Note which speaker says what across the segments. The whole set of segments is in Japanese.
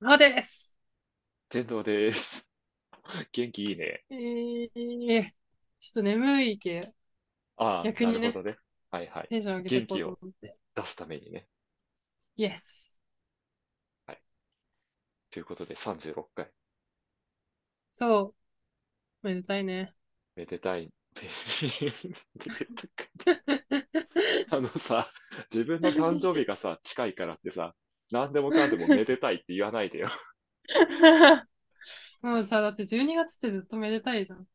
Speaker 1: そうです。
Speaker 2: 天童です。 元気いいね。
Speaker 1: えー、ちょっと眠いけ、
Speaker 2: ああ、
Speaker 1: 逆
Speaker 2: な
Speaker 1: に
Speaker 2: るほ
Speaker 1: ね、
Speaker 2: どね。はいはい。
Speaker 1: テンション上げてい
Speaker 2: 元
Speaker 1: こう
Speaker 2: 気
Speaker 1: と
Speaker 2: を
Speaker 1: 思って。
Speaker 2: 出すためにね。
Speaker 1: イエス。
Speaker 2: はい。ということで36回。
Speaker 1: そう、めでたい ね。
Speaker 2: めでたい。めでたく あのさ、自分の誕生日がさ、近いからってさ、何でもかんでもめでたいって言わないでよ。
Speaker 1: もうさ、だって12月ってずっとめでたいじゃん。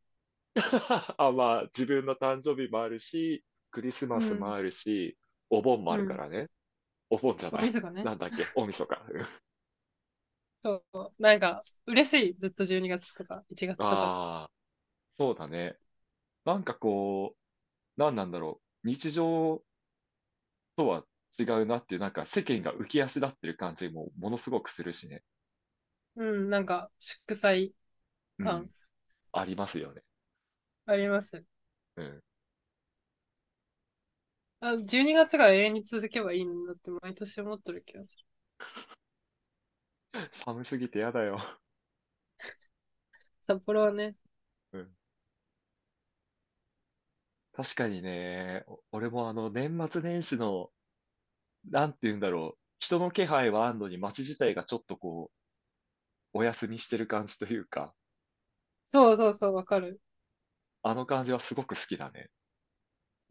Speaker 2: あ、まあ、自分の誕生日もあるし、クリス
Speaker 1: う
Speaker 2: マスも
Speaker 1: ん、
Speaker 2: あるし、お盆も
Speaker 1: う
Speaker 2: あるか
Speaker 1: ん。
Speaker 2: らね。お盆じゃ
Speaker 1: お
Speaker 2: な
Speaker 1: み
Speaker 2: い。
Speaker 1: そかね。
Speaker 2: なんだっけ、大晦日。うん
Speaker 1: そう、なんか、嬉しい。ずっと12月とか、1月とか。
Speaker 2: ああ、そうだね。なんかこう、なんなんだろう。日常とは違うなっていう、なんか世間が浮き足立ってる感じもものすごくするしね。
Speaker 1: うん、なんか、祝祭
Speaker 2: う
Speaker 1: 感
Speaker 2: ん。ありますよね。
Speaker 1: あります。
Speaker 2: うん。
Speaker 1: あ、12月が永遠に続けばいいんだって毎年思ってる気がする。
Speaker 2: 寒すぎてやだよ。
Speaker 1: 札幌はね、
Speaker 2: うん。確かにね、お俺もあの年末年始の、なんて言うんだろう。人の気配はあんのに街自体がちょっとこう、お休みしてる感じというか、
Speaker 1: そうそうそう、わかる。
Speaker 2: あの感じはすごく好きだね。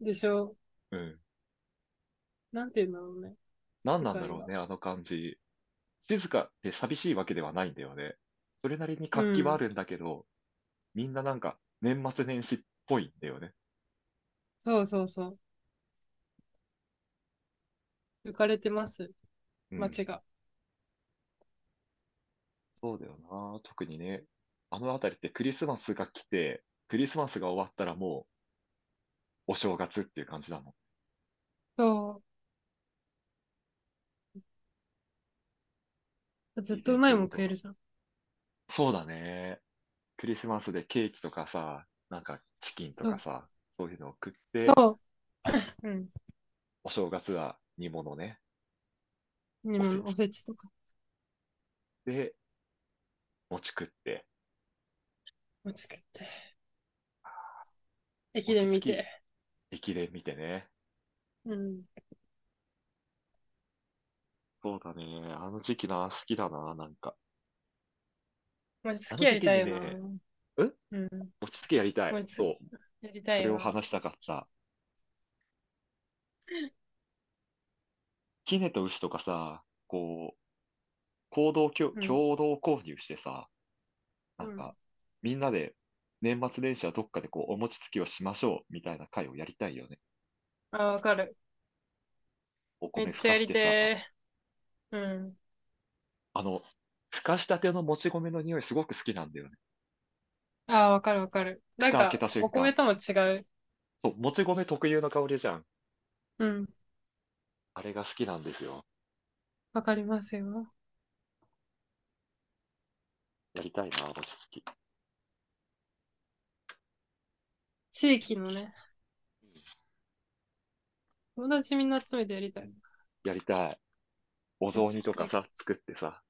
Speaker 1: でしょ
Speaker 2: うん。
Speaker 1: なんて言うんだろうね。
Speaker 2: 何
Speaker 1: 世
Speaker 2: なんだ
Speaker 1: 界
Speaker 2: ろう
Speaker 1: が。
Speaker 2: ね、あの感じ。静かって寂しいわけではないんだよね。それなりに
Speaker 1: う
Speaker 2: 活気はあ
Speaker 1: ん。
Speaker 2: るんだけど、みんななんか年末年始っぽいんだよね。
Speaker 1: そうそうそう。浮かれてます。
Speaker 2: うん。
Speaker 1: 街が。
Speaker 2: そうだよな。特にね、あの辺りってクリスマスが来て、クリスマスが終わったらもうお正月っていう感じだもん。
Speaker 1: そう。ずっ
Speaker 2: いい
Speaker 1: とう
Speaker 2: ね、
Speaker 1: まい
Speaker 2: 天
Speaker 1: もん
Speaker 2: 気と
Speaker 1: 食え
Speaker 2: か。
Speaker 1: るじゃん。
Speaker 2: そうだね。クリスマスでケーキとかさ、なんかチキンと
Speaker 1: そ
Speaker 2: か
Speaker 1: う。
Speaker 2: さ、そういうのを食っ
Speaker 1: そ
Speaker 2: て、
Speaker 1: う。うん。
Speaker 2: お正月は煮物ね、
Speaker 1: に
Speaker 2: お
Speaker 1: も
Speaker 2: せ
Speaker 1: お
Speaker 2: ち
Speaker 1: せちとか。
Speaker 2: で餅食って、
Speaker 1: もち食って。駅
Speaker 2: 餅
Speaker 1: 伝
Speaker 2: つ
Speaker 1: 見
Speaker 2: き、
Speaker 1: て。
Speaker 2: 駅伝見てね。
Speaker 1: うん。
Speaker 2: そうだね。あの時期な、好きだな、なんか。
Speaker 1: 餅つ
Speaker 2: あ
Speaker 1: き
Speaker 2: の
Speaker 1: や
Speaker 2: 時
Speaker 1: り
Speaker 2: 期
Speaker 1: たい
Speaker 2: に
Speaker 1: よな。
Speaker 2: ね、ん
Speaker 1: うん。
Speaker 2: 餅つきやりたい。
Speaker 1: 餅つき
Speaker 2: そう。
Speaker 1: やりた
Speaker 2: そ
Speaker 1: い
Speaker 2: れを
Speaker 1: な。
Speaker 2: 話したかった。キネと牛とかさ、こう、行動きょ、
Speaker 1: うん。
Speaker 2: 共同購入してさ、な
Speaker 1: うんん。
Speaker 2: か、みんなで年末年始はどっかでこう、お餅つきをしましょうみたいな会をやりたいよね。
Speaker 1: あ、わかる。
Speaker 2: お
Speaker 1: め
Speaker 2: 米
Speaker 1: っ
Speaker 2: ふ
Speaker 1: ちゃ
Speaker 2: か
Speaker 1: や
Speaker 2: し
Speaker 1: り
Speaker 2: てさ、
Speaker 1: てー。うん。
Speaker 2: あの、ふかしたてのもち米の匂いすごく好きなんだよね。
Speaker 1: あー、わかるわかる。なん
Speaker 2: 蓋開け
Speaker 1: か、
Speaker 2: た瞬
Speaker 1: お米
Speaker 2: 間。
Speaker 1: とも違う。
Speaker 2: そう、もち米特有の香りじゃん。
Speaker 1: うん。
Speaker 2: あれが好きなんですよ。
Speaker 1: わかりますよ。
Speaker 2: やりたいな、餅つき。
Speaker 1: 地域のね、友達みんな集めてやりたい。
Speaker 2: やりたい。お
Speaker 1: 餅
Speaker 2: 雑
Speaker 1: つ
Speaker 2: 煮
Speaker 1: き
Speaker 2: とか
Speaker 1: ね。
Speaker 2: さ、作ってさ。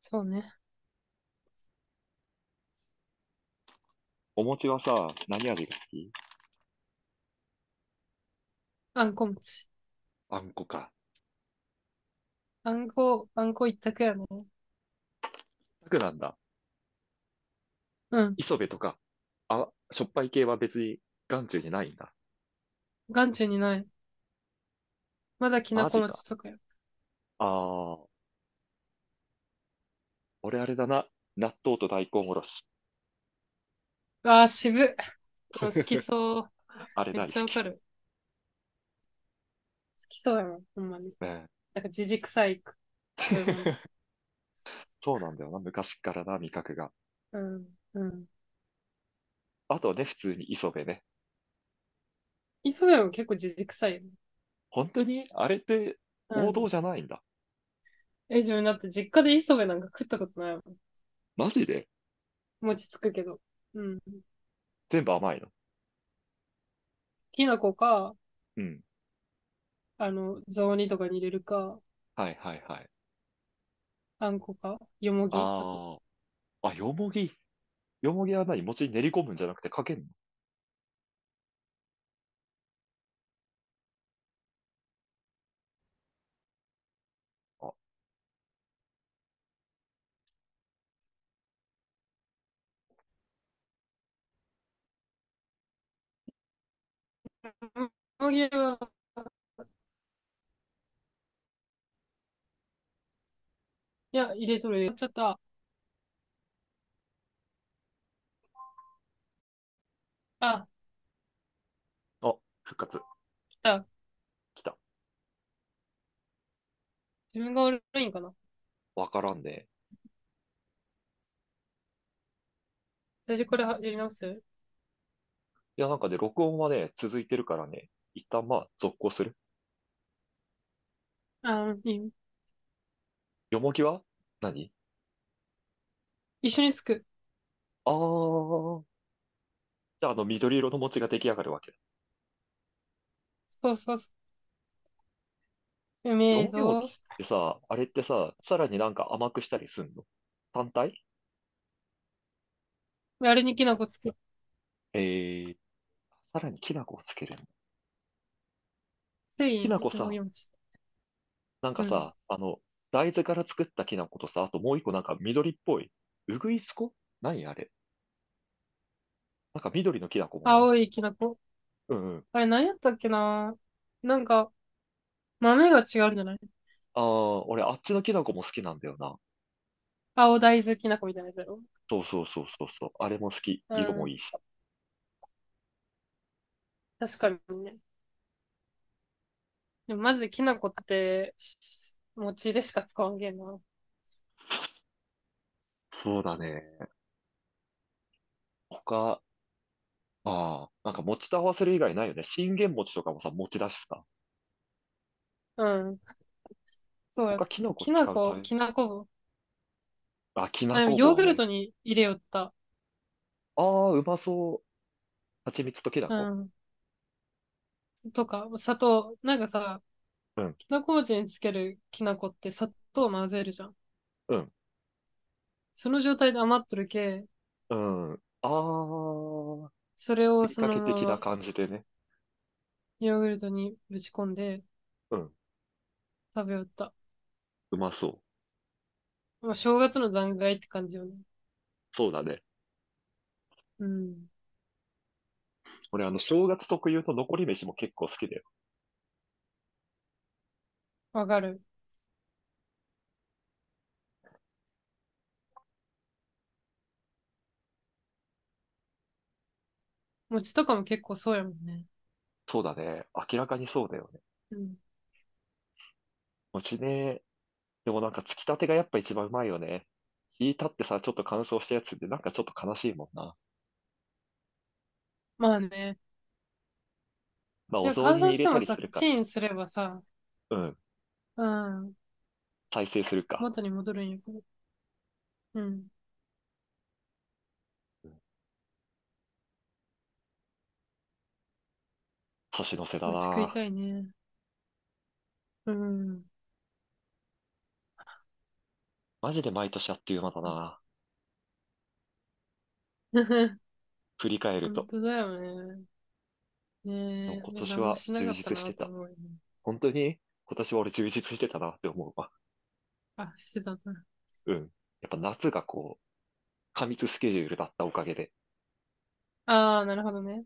Speaker 1: そうね。
Speaker 2: お餅はさ、何味が好き
Speaker 1: あんこ餅。
Speaker 2: あんこか。
Speaker 1: あんこ、あんこ一択やね。
Speaker 2: 楽なんだ。
Speaker 1: うん。
Speaker 2: 磯部とか、あ、しょっぱい系は別に眼中にないんだ。
Speaker 1: 眼中にない。まだきな
Speaker 2: マ
Speaker 1: こ
Speaker 2: ジか。
Speaker 1: 餅とかや。
Speaker 2: ああ、俺あれだな。納豆と大根おろし。
Speaker 1: ああ、渋っ。でも好きそう。
Speaker 2: あれ
Speaker 1: めっ
Speaker 2: 大好
Speaker 1: ちゃわか
Speaker 2: き。
Speaker 1: る。好きそうやもん、ほんまに。
Speaker 2: ね
Speaker 1: なんか、じじくさい 食べ物。
Speaker 2: そうなんだよな。昔からな、味覚が。
Speaker 1: うん、うん。
Speaker 2: あとね、普通に磯部ね。
Speaker 1: 磯部も結構じじくさいよね。
Speaker 2: 本当にあれって
Speaker 1: う
Speaker 2: 王道
Speaker 1: ん。
Speaker 2: じゃないんだ。
Speaker 1: え、自分だって実家で磯部なんか食ったことないもん。
Speaker 2: マジで
Speaker 1: 餅つくけど。うん。
Speaker 2: 全部甘いの。
Speaker 1: きなこか、
Speaker 2: うん。
Speaker 1: あの、雑煮とかに入れるか、
Speaker 2: はいはいはい。
Speaker 1: あんこか、よもぎ。あと
Speaker 2: ああ。あ、よもぎ。よもぎは何餅に練り込むんじゃなくてかけんのあ、
Speaker 1: よもぎは、いや、入れとる。入れちゃった。あ、
Speaker 2: あ、復活。
Speaker 1: 来た。
Speaker 2: 来た。
Speaker 1: 自分が悪いんかな。
Speaker 2: わからんね。
Speaker 1: 大丈夫、これはやり直す
Speaker 2: いや、なんかね、録音はね、続いてるからね、一旦まあ、続行する。
Speaker 1: あー、いい。
Speaker 2: よもぎは何
Speaker 1: 一緒につく。
Speaker 2: ああー。じゃあ、あの、緑色の餅が出来上がるわけだ。
Speaker 1: そうそうそう。う
Speaker 2: よ
Speaker 1: めえ
Speaker 2: もぎ餅
Speaker 1: ぞ。
Speaker 2: ってさ、あれってさ、さらになんか甘くしたりすんの単体
Speaker 1: あれにきな粉つく。
Speaker 2: えー、さらにきな粉をつけるの。
Speaker 1: 繊維
Speaker 2: き
Speaker 1: の
Speaker 2: な粉
Speaker 1: 塊
Speaker 2: さ、
Speaker 1: 餅。
Speaker 2: なんか
Speaker 1: うん。
Speaker 2: さ、あの、大豆から作ったきな粉とさ、あともう一個なんか緑っぽい。うぐいすこ何あれなんか緑のきな粉もない
Speaker 1: 青いきな粉。
Speaker 2: うんうん。
Speaker 1: あれ何やったっけななんか、豆が違うんじゃない
Speaker 2: ああ、俺あっちのきな粉も好きなんだよな。
Speaker 1: 青大豆きな粉みたいなやつだろ。
Speaker 2: そうそうそうそうそう。あれも好き。
Speaker 1: う
Speaker 2: 色もい
Speaker 1: ん。
Speaker 2: いし。
Speaker 1: 確かにね。でもマジできな粉って、し餅でしか使わんげんな。
Speaker 2: そうだね。他、ああ、なんか餅と合わせる以外ないよね。信玄餅とかもさ、餅だしさ。
Speaker 1: うん。そうや。
Speaker 2: 他きな粉
Speaker 1: きな
Speaker 2: 使う
Speaker 1: 粉、
Speaker 2: タイ
Speaker 1: きな粉棒。
Speaker 2: あ、きな
Speaker 1: あ、でも
Speaker 2: 粉
Speaker 1: ヨー
Speaker 2: 棒
Speaker 1: グル
Speaker 2: ね。
Speaker 1: トに入れよった。
Speaker 2: ああ、うまそう。蜂蜜ときな
Speaker 1: う
Speaker 2: 粉。
Speaker 1: ん。とか、砂糖。なんかさ、
Speaker 2: うん、
Speaker 1: きなこ餅につけるきな粉って砂糖混ぜるじゃん。
Speaker 2: うん、
Speaker 1: その状態で余っとるけ、
Speaker 2: うん。ああ、
Speaker 1: それを
Speaker 2: ふり
Speaker 1: そ
Speaker 2: か
Speaker 1: の
Speaker 2: け
Speaker 1: ま
Speaker 2: 的な
Speaker 1: ま
Speaker 2: 感じでね。
Speaker 1: ヨーグルトにぶち込んで
Speaker 2: うん、
Speaker 1: 食べよった。
Speaker 2: うまそう。
Speaker 1: まあ、正月の残骸って感じよね。
Speaker 2: そうだね。
Speaker 1: うん。
Speaker 2: 俺、あの、正月特有の残り飯も結構好きだよ。
Speaker 1: わかる。餅とかも結構そうやもんね。
Speaker 2: そうだね。明らかにそうだよね。
Speaker 1: うん。
Speaker 2: 餅ね。でもなんか、つきたてがやっぱ一番うまいよね。ひいたってさ、ちょっと乾燥したやつで、なんかちょっと悲しいもんな。
Speaker 1: まあね。
Speaker 2: まあ、お
Speaker 1: でも
Speaker 2: 雑
Speaker 1: 乾燥し
Speaker 2: 煮に入れ
Speaker 1: て
Speaker 2: た
Speaker 1: も
Speaker 2: りす
Speaker 1: さ、
Speaker 2: るか。
Speaker 1: チンすればさ、
Speaker 2: うん。
Speaker 1: うん、
Speaker 2: 再生するか。
Speaker 1: 元に戻るんやけど。うん。
Speaker 2: うん年の瀬だ
Speaker 1: 餅食い
Speaker 2: な。
Speaker 1: たいね。うん。
Speaker 2: マジで毎年あっという間だな。 振り返る
Speaker 1: 本
Speaker 2: と。
Speaker 1: 当だよね。
Speaker 2: でも
Speaker 1: ねえ、
Speaker 2: 今
Speaker 1: 俺
Speaker 2: 年
Speaker 1: 何も
Speaker 2: は
Speaker 1: しな
Speaker 2: 充
Speaker 1: かった
Speaker 2: 実し
Speaker 1: な
Speaker 2: て
Speaker 1: と
Speaker 2: た。
Speaker 1: 思うよね。
Speaker 2: 本当に今年は俺充実してたなって思うわ。
Speaker 1: あ、してたな。
Speaker 2: うん。やっぱ夏がこう、過密スケジュールだったおかげで。
Speaker 1: ああ、なるほどね。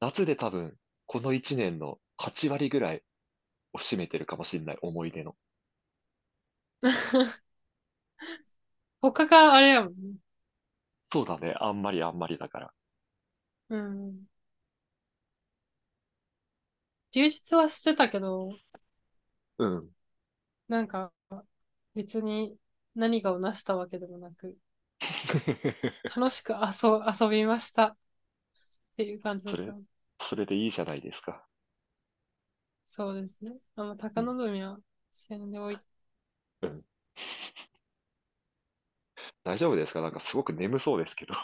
Speaker 2: 夏で多分、この1年の8割ぐらいを占めてるかもしれない、思い出の。
Speaker 1: 他があれやもんね。
Speaker 2: そうだね。あんまりあんまりだから。
Speaker 1: うん。充実はしてたけど、
Speaker 2: うん。
Speaker 1: なんか別に何かを成したわけでもなく、楽しく遊、遊びましたっていう感じだ
Speaker 2: そ
Speaker 1: った。
Speaker 2: れ、それでいいじゃないですか。
Speaker 1: そうですね。あの、
Speaker 2: う
Speaker 1: 高
Speaker 2: ん。
Speaker 1: 望みはせんでおいて。
Speaker 2: うん。大丈夫ですかなんかすごく眠そうですけど。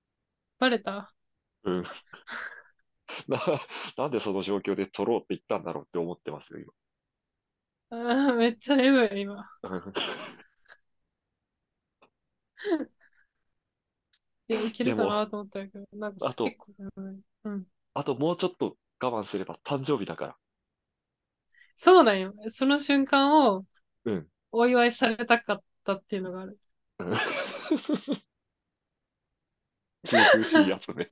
Speaker 1: バレた
Speaker 2: うん。な、なんでその状況で撮ろうって言ったんだろうって思ってますよ、今。
Speaker 1: あーめっちゃ眠い、今。
Speaker 2: うん
Speaker 1: いや、いけ
Speaker 2: で
Speaker 1: るか
Speaker 2: も、
Speaker 1: なと思ったけど、なんか
Speaker 2: あと、
Speaker 1: 結構眠い。うん。
Speaker 2: あともうちょっと我慢すれば誕生日だか
Speaker 1: そうなんよ。その瞬間を
Speaker 2: ら。うん。
Speaker 1: お祝いされたかったっていうのがある。
Speaker 2: うん ずうずうしいやつね。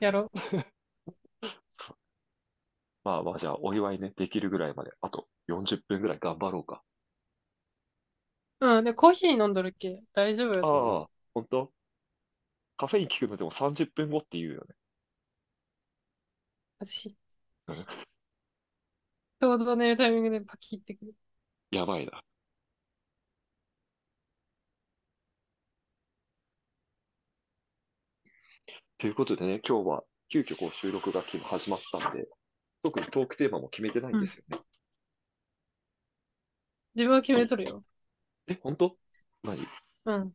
Speaker 1: やろう。
Speaker 2: まあまあじゃあお祝いね、できるぐらいまで、あと40分ぐらい頑張ろうか。
Speaker 1: うん、で、コーヒー飲んどるっけ大丈夫やと思
Speaker 2: ああ、本当カフェイン効くのでも30分後って言うよね。
Speaker 1: う。私、
Speaker 2: うん
Speaker 1: ちょうど寝るタイミングでパキってくる。
Speaker 2: やばいな。ということでね、今日は急遽こう収録が昨日始まったんで、特にトークテーマも決めてない
Speaker 1: うん
Speaker 2: で
Speaker 1: ん。
Speaker 2: すよね。
Speaker 1: 自分は決めとるよ。
Speaker 2: え、本当何
Speaker 1: うん。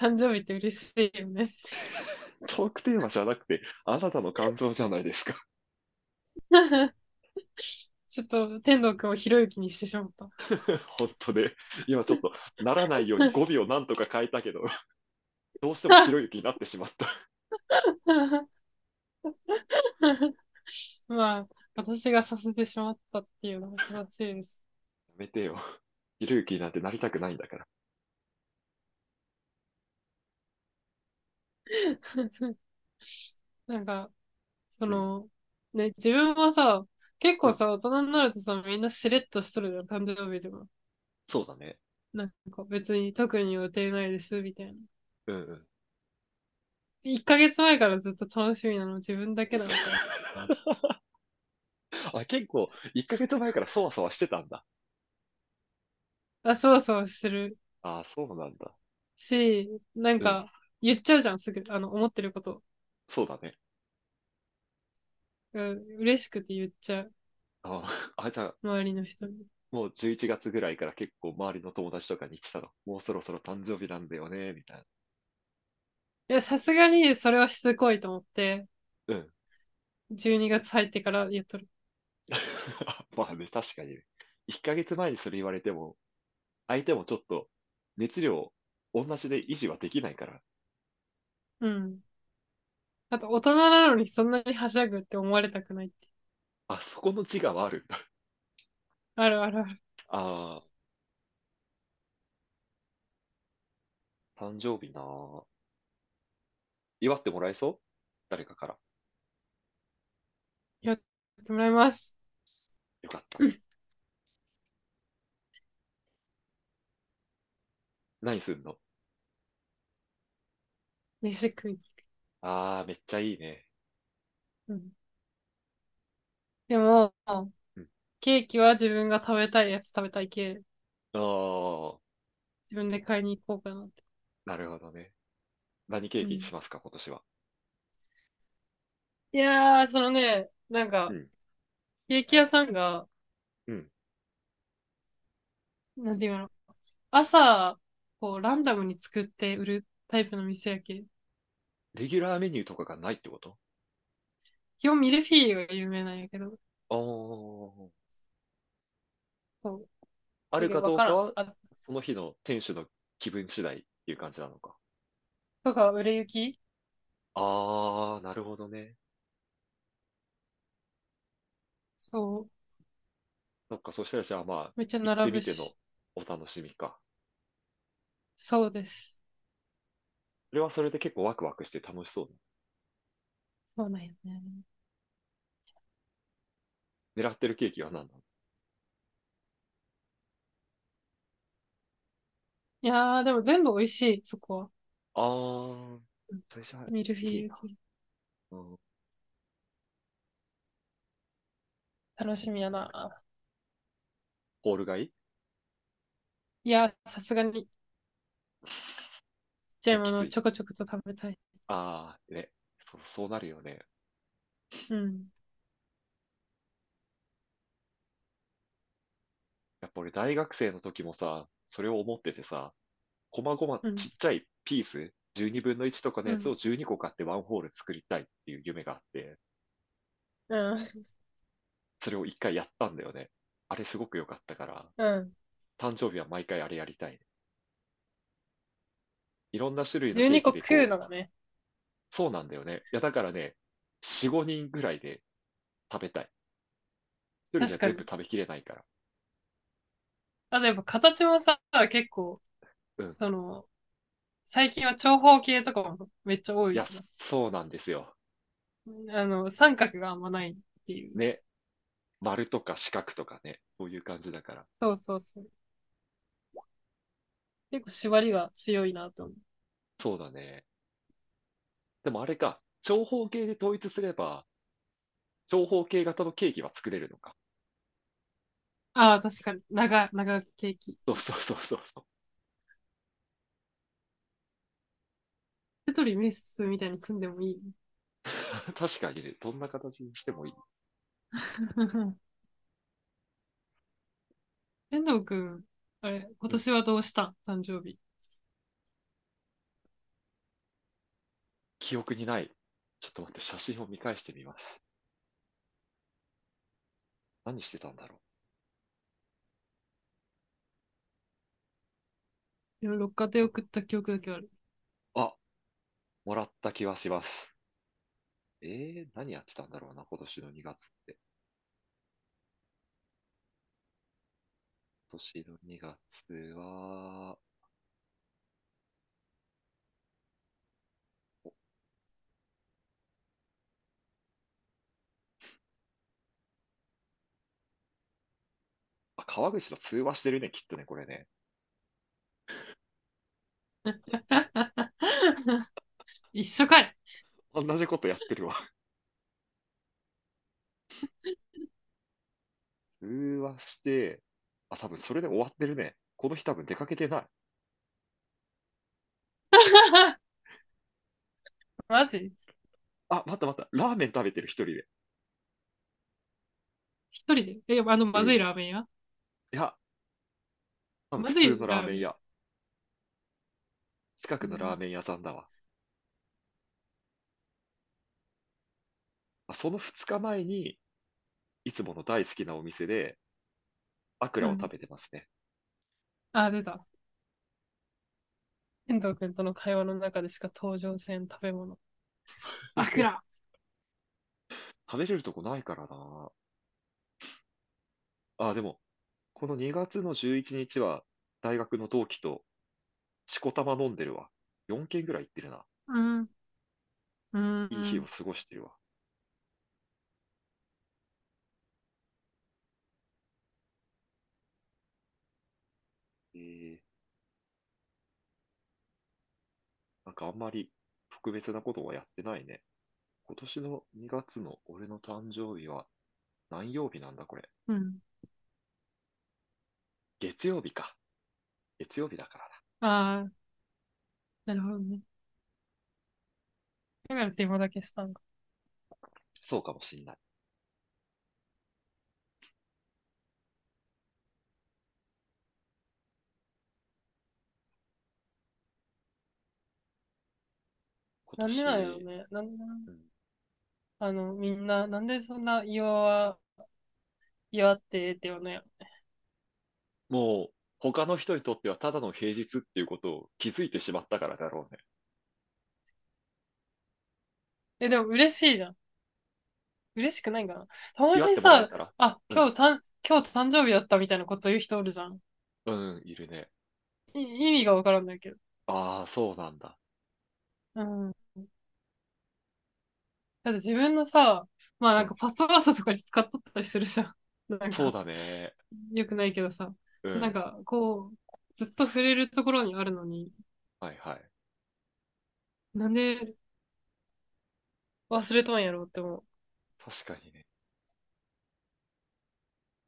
Speaker 1: 誕生日って嬉しいよね。
Speaker 2: トークテーマじゃなくて、あなたの感想じゃないですか。
Speaker 1: ちょっと、天童くんをひろゆきにしてしまった。
Speaker 2: 本当で、今ちょっとならないように語尾をなんとか変えたけど、 どうしてもひろゆきになってしまった。
Speaker 1: まあ、私がさせてしまったっていうのが正しいです。
Speaker 2: やめてよ。ひろゆきなんてなりたくないんだから。
Speaker 1: なんか、そ
Speaker 2: うん。
Speaker 1: の、ね、自分もさ、結
Speaker 2: う
Speaker 1: 構
Speaker 2: ん。
Speaker 1: さ、大人になるとさ、みんなしれっとしとるじゃん、誕生日でも。
Speaker 2: そうだね。
Speaker 1: なんか別に特に予定ないです、みたいな。
Speaker 2: うんうん。
Speaker 1: 1ヶ月前からずっと楽しみなの自分だけなのかな。
Speaker 2: あ、結構、1ヶ月前からそわそわしてたんだ。
Speaker 1: あ、そうそうしてる
Speaker 2: ああ、そうなんだ。
Speaker 1: し、なん
Speaker 2: うん。
Speaker 1: か、言っちゃうじゃん、すぐ、あの、思ってること。
Speaker 2: そうだね。
Speaker 1: うん、嬉しくて言っちゃう、
Speaker 2: ああ、じゃあ、
Speaker 1: 周りの人に。
Speaker 2: もう11月ぐらいから結構周りの友達とかに言ってたの。もうそろそろ誕生日なんだよね、みたいな。
Speaker 1: いや、さすがにそれはしつこいと思って、
Speaker 2: うん。
Speaker 1: 12月入ってから言っとる。
Speaker 2: まあね、確かにね。1ヶ月前にそれ言われても、相手もちょっと熱量同じで維持はできないから。
Speaker 1: うん。あと、大人なのにそんなにはしゃぐって思われたくないって。
Speaker 2: あ、そこの自我はあるんだ。
Speaker 1: あるあるある。
Speaker 2: ああ、誕生日なあ。祝ってもらえそう誰かから。
Speaker 1: やってもらいます。
Speaker 2: よかった。
Speaker 1: うん
Speaker 2: 何すんの
Speaker 1: 飯食いに行く。
Speaker 2: ああ、めっちゃいいね。
Speaker 1: うん。でも、
Speaker 2: うん。
Speaker 1: ケーキは自分が食べたいやつ食べたい系、
Speaker 2: ああ、
Speaker 1: 自分で買いに行こうかなって。
Speaker 2: なるほどね。何ケー
Speaker 1: う
Speaker 2: キに
Speaker 1: ん。
Speaker 2: しますか、今年は。
Speaker 1: いやー、そのね、なん
Speaker 2: う
Speaker 1: か、
Speaker 2: ん、
Speaker 1: ケーキ屋さんが、
Speaker 2: うん、
Speaker 1: なんていうの、朝、こう、ランダムに作って売るタイプの店やけ。
Speaker 2: レギュラーメニューとかがないってこと
Speaker 1: 基本ミルフィーユが有名なんやけど、
Speaker 2: あー
Speaker 1: そう。
Speaker 2: あ
Speaker 1: だ
Speaker 2: る
Speaker 1: けどわ
Speaker 2: かどう
Speaker 1: か
Speaker 2: から
Speaker 1: ん。
Speaker 2: は、
Speaker 1: あ、
Speaker 2: その日の店主の気分次第っていう感じなのか。
Speaker 1: とか、売れ行き
Speaker 2: ああ、なるほどね。
Speaker 1: そう。
Speaker 2: そっか、そしたらじゃあまあ、
Speaker 1: めっちゃ
Speaker 2: 行って
Speaker 1: 並ぶ
Speaker 2: みての
Speaker 1: し。
Speaker 2: お楽しみか。
Speaker 1: そうです。
Speaker 2: それはそれで結構ワクワクして楽しそうね。
Speaker 1: そうなんやね。
Speaker 2: 狙ってるケーキは何なの
Speaker 1: いやー、でも全部美味しい、そこは。
Speaker 2: ああ、
Speaker 1: うん
Speaker 2: それじゃあ、
Speaker 1: ミルフィー
Speaker 2: いい
Speaker 1: ユ
Speaker 2: な。
Speaker 1: 系。
Speaker 2: うん、
Speaker 1: 楽しみやな。
Speaker 2: ホール買い
Speaker 1: いやー、さすがに、ちっちゃ
Speaker 2: も
Speaker 1: いうもの
Speaker 2: きつ
Speaker 1: を
Speaker 2: い。
Speaker 1: ちょこちょこと食べたい。
Speaker 2: ああ、ね。そう、そうなるよね。
Speaker 1: うん。
Speaker 2: やっぱ俺大学生の時もさ、それを思っててさ、こまごま
Speaker 1: うん。
Speaker 2: ちっちゃいピース、12分の1とかの
Speaker 1: う
Speaker 2: やつ
Speaker 1: ん。
Speaker 2: を12個買ってワンホール作りたいっていう夢があって、
Speaker 1: うん、
Speaker 2: それを一回やったんだよね。あれすごく良かったから、
Speaker 1: うん。
Speaker 2: 誕生日は毎回あれやりたいね。いろんな種類の
Speaker 1: 12
Speaker 2: ケー
Speaker 1: 個
Speaker 2: キで
Speaker 1: 食う
Speaker 2: こ
Speaker 1: の
Speaker 2: う、
Speaker 1: がね。
Speaker 2: そうなんだよね。いや、だからね、4、5人ぐらいで食べたい。一人じ
Speaker 1: 確
Speaker 2: ゃ
Speaker 1: か
Speaker 2: 全部
Speaker 1: に。
Speaker 2: 食べきれないから。
Speaker 1: あとやっぱ形もさ、結構、
Speaker 2: うん。
Speaker 1: その、最近は長方形とかもめっちゃ多
Speaker 2: い
Speaker 1: い
Speaker 2: や、
Speaker 1: じゃん。
Speaker 2: そうなんですよ。
Speaker 1: あの、三角があんまないっていう。
Speaker 2: ね。丸とか四角とかね。そういう感じだから。
Speaker 1: そうそうそう。結構縛りが強いなと思う。
Speaker 2: そうだね。でもあれか。長方形で統一すれば、長方形型のケーキは作れるのか。
Speaker 1: ああ、確かに。長、長ケーキ。
Speaker 2: そうそうそうそうそう。
Speaker 1: テトリメッスみたいに組んでも いい。
Speaker 2: 確かにね、どんな形にしてもいい。
Speaker 1: 遠藤くん、あれ、今
Speaker 2: うん。
Speaker 1: 年はどうした誕生日。
Speaker 2: 記憶にない。ちょっと待って、写真を見返してみます。何してたんだろ
Speaker 1: でも六花亭を食った記憶だけある。
Speaker 2: う。あ、もらった気はします。えー、何やってたんだろうな、今年の2月って。今年の2月は、おあ、川口と通話してるね、きっとね、これね。
Speaker 1: 一緒かい。
Speaker 2: 同じことやっ てるわ。通話して、あ、多分それで終わってるね。この日多分出かけてない。
Speaker 1: マジ
Speaker 2: あ、待った待った。ラーメン食べてる、一人で。
Speaker 1: 一人でえ、あの、
Speaker 2: う
Speaker 1: まずい
Speaker 2: ん。
Speaker 1: ラーメン屋
Speaker 2: いや、多分
Speaker 1: ま
Speaker 2: 普
Speaker 1: ず
Speaker 2: 通
Speaker 1: い
Speaker 2: のラー
Speaker 1: ラー
Speaker 2: メン
Speaker 1: メン。
Speaker 2: 屋。近くのラーメン屋さんだわ。あその2日前に、いつもの大好きなお店で、アク
Speaker 1: う
Speaker 2: ラを
Speaker 1: ん。
Speaker 2: 食べてますね。
Speaker 1: あ、出た。遠藤くんとの会話の中でしか登場せん食べ 物。アクラ。
Speaker 2: 食べれるとこないからな。あ、でも、この2月の11日は、大学の同期と、しこたま飲んでるわ。4軒ぐらい行ってるな。
Speaker 1: うん。う
Speaker 2: いい日を
Speaker 1: ん。
Speaker 2: 過ごしてるわ。えー、なんかあんまり特別なことはやってないね。今年の2月の俺の誕生日は何曜日なんだこれ。
Speaker 1: うん。
Speaker 2: 月曜日か。月曜日だから
Speaker 1: ああ、なるほどね。だから電話だけしたんか。
Speaker 2: な。そうかもしんない。
Speaker 1: な
Speaker 2: 今
Speaker 1: んでなんやろ
Speaker 2: 年、
Speaker 1: ね。なんで、
Speaker 2: うん、
Speaker 1: あの、みんな、なんでそんな祝わ、祝ってって言わないの
Speaker 2: もう他の人にとってはただの平日っていうことを気づいてしまったからだろうね。
Speaker 1: え、でも嬉しいじゃん。嬉しくないんかな。たま
Speaker 2: 祝っ
Speaker 1: に
Speaker 2: てもらえ
Speaker 1: さ、
Speaker 2: たら。
Speaker 1: あ、
Speaker 2: う
Speaker 1: 今
Speaker 2: ん、
Speaker 1: 日たん、今日誕生日だったみたいなこと言う人おるじゃん。
Speaker 2: うん、いるね。
Speaker 1: い意味がわからんだけど。
Speaker 2: ああ、そうなんだ。
Speaker 1: うん。だって自分のさ、まあ
Speaker 2: う
Speaker 1: なんか
Speaker 2: ん、
Speaker 1: パスワードとかに使っとったりするじゃん。なん
Speaker 2: そう
Speaker 1: か、
Speaker 2: だね。
Speaker 1: よくないけどさ。
Speaker 2: う
Speaker 1: なん
Speaker 2: ん、
Speaker 1: か、こう、ずっと触れるところにあるのに、
Speaker 2: はいはい。
Speaker 1: なんで忘れとんやろうって思う。
Speaker 2: 確かにね。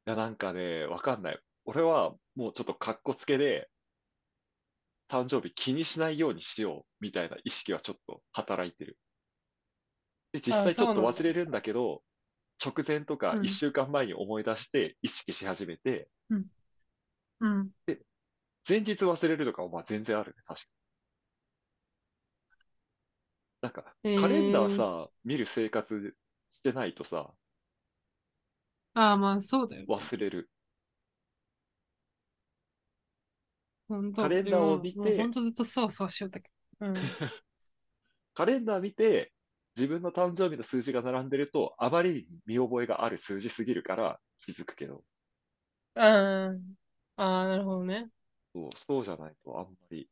Speaker 2: いや、なんかね、わかんない。俺はもうちょっとかっこつけで、誕生日気にしないようにしようみたいな意識はちょっと働いてる。で、実
Speaker 1: あ、
Speaker 2: 際ちょ
Speaker 1: そ
Speaker 2: っ
Speaker 1: う
Speaker 2: と
Speaker 1: なん
Speaker 2: 忘
Speaker 1: だ。
Speaker 2: れるんだけど、直前と
Speaker 1: う
Speaker 2: か
Speaker 1: ん、
Speaker 2: 1週間前に思い出して意識し始めて、
Speaker 1: うん、うん。
Speaker 2: で、前日忘れるとかもまあ全然あるね、確かに。なんか、
Speaker 1: え
Speaker 2: カレンダー
Speaker 1: ー、
Speaker 2: さ、見る生活してないとさ、
Speaker 1: ああ、まあ、そうだよね。
Speaker 2: 忘れる。
Speaker 1: 本当
Speaker 2: カレンダーを見て
Speaker 1: 自分はもう本当ずっとそうそうしようだけど。うん。
Speaker 2: カレンダー見て、自分の誕生日の数字が並んでると、あまりに見覚えがある数字すぎるから気づくけど、
Speaker 1: あーあー、なるほどね。
Speaker 2: そうそうじゃないとあんまり。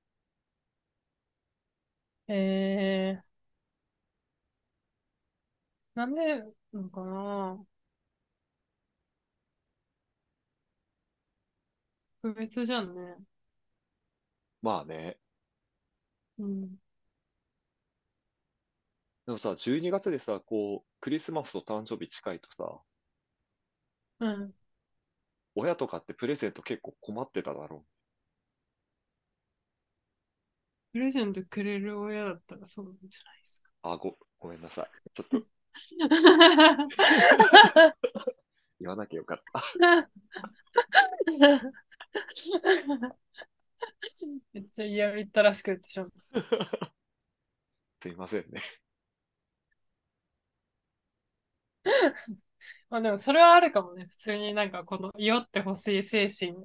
Speaker 1: えー、なんで、のかな。特別じゃんね。
Speaker 2: まあね。
Speaker 1: うん。
Speaker 2: でもさ、12月でさ、こう、クリスマスと誕生日近いとさ、
Speaker 1: うん。
Speaker 2: 親とかってプレゼント結構困ってただろ
Speaker 1: プレゼントくれる親だったらそうなんじゃないですか。
Speaker 2: う。あ、ご、ごめんなさい。ちょっと言わなきゃよかった。
Speaker 1: めっちゃ嫌みったらしく言ってしまう。
Speaker 2: すいませんね。
Speaker 1: まあでもそれはあるかもね。普通になんかこの酔ってほしい精神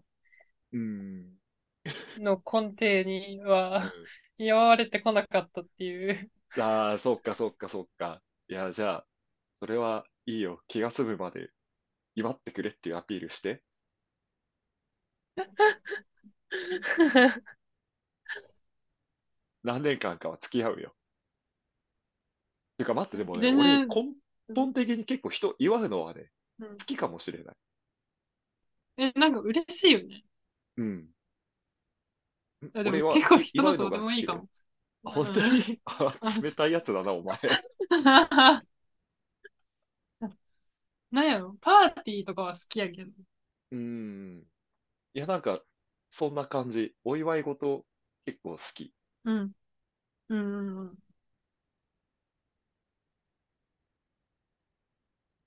Speaker 2: うん。
Speaker 1: の根底には祝われてこなかったっていう。
Speaker 2: ああ、そっかそっかそっか。いや、じゃあ、それはいいよ。気が済むまで祝ってくれっていうアピールして。何年間かは付き合うよ。てか待って、でもね、
Speaker 1: 全
Speaker 2: 俺
Speaker 1: 然
Speaker 2: 根本的に結構人祝うのはね、
Speaker 1: うん
Speaker 2: 好きかもしれない。
Speaker 1: え、なんか嬉しいよね。
Speaker 2: うん。
Speaker 1: あで
Speaker 2: 俺
Speaker 1: も
Speaker 2: は
Speaker 1: 結構人
Speaker 2: 祝
Speaker 1: のど
Speaker 2: う
Speaker 1: うで
Speaker 2: のが好
Speaker 1: もい
Speaker 2: き
Speaker 1: い
Speaker 2: だ
Speaker 1: か
Speaker 2: よ
Speaker 1: も。。
Speaker 2: あ本当にあ 冷たいやつだな、お前。
Speaker 1: なんやろパーティーとかは好きやけど。
Speaker 2: うん。いや、なんか、そんな感じ。お祝い事、結構好き。
Speaker 1: うん。うんうんうん。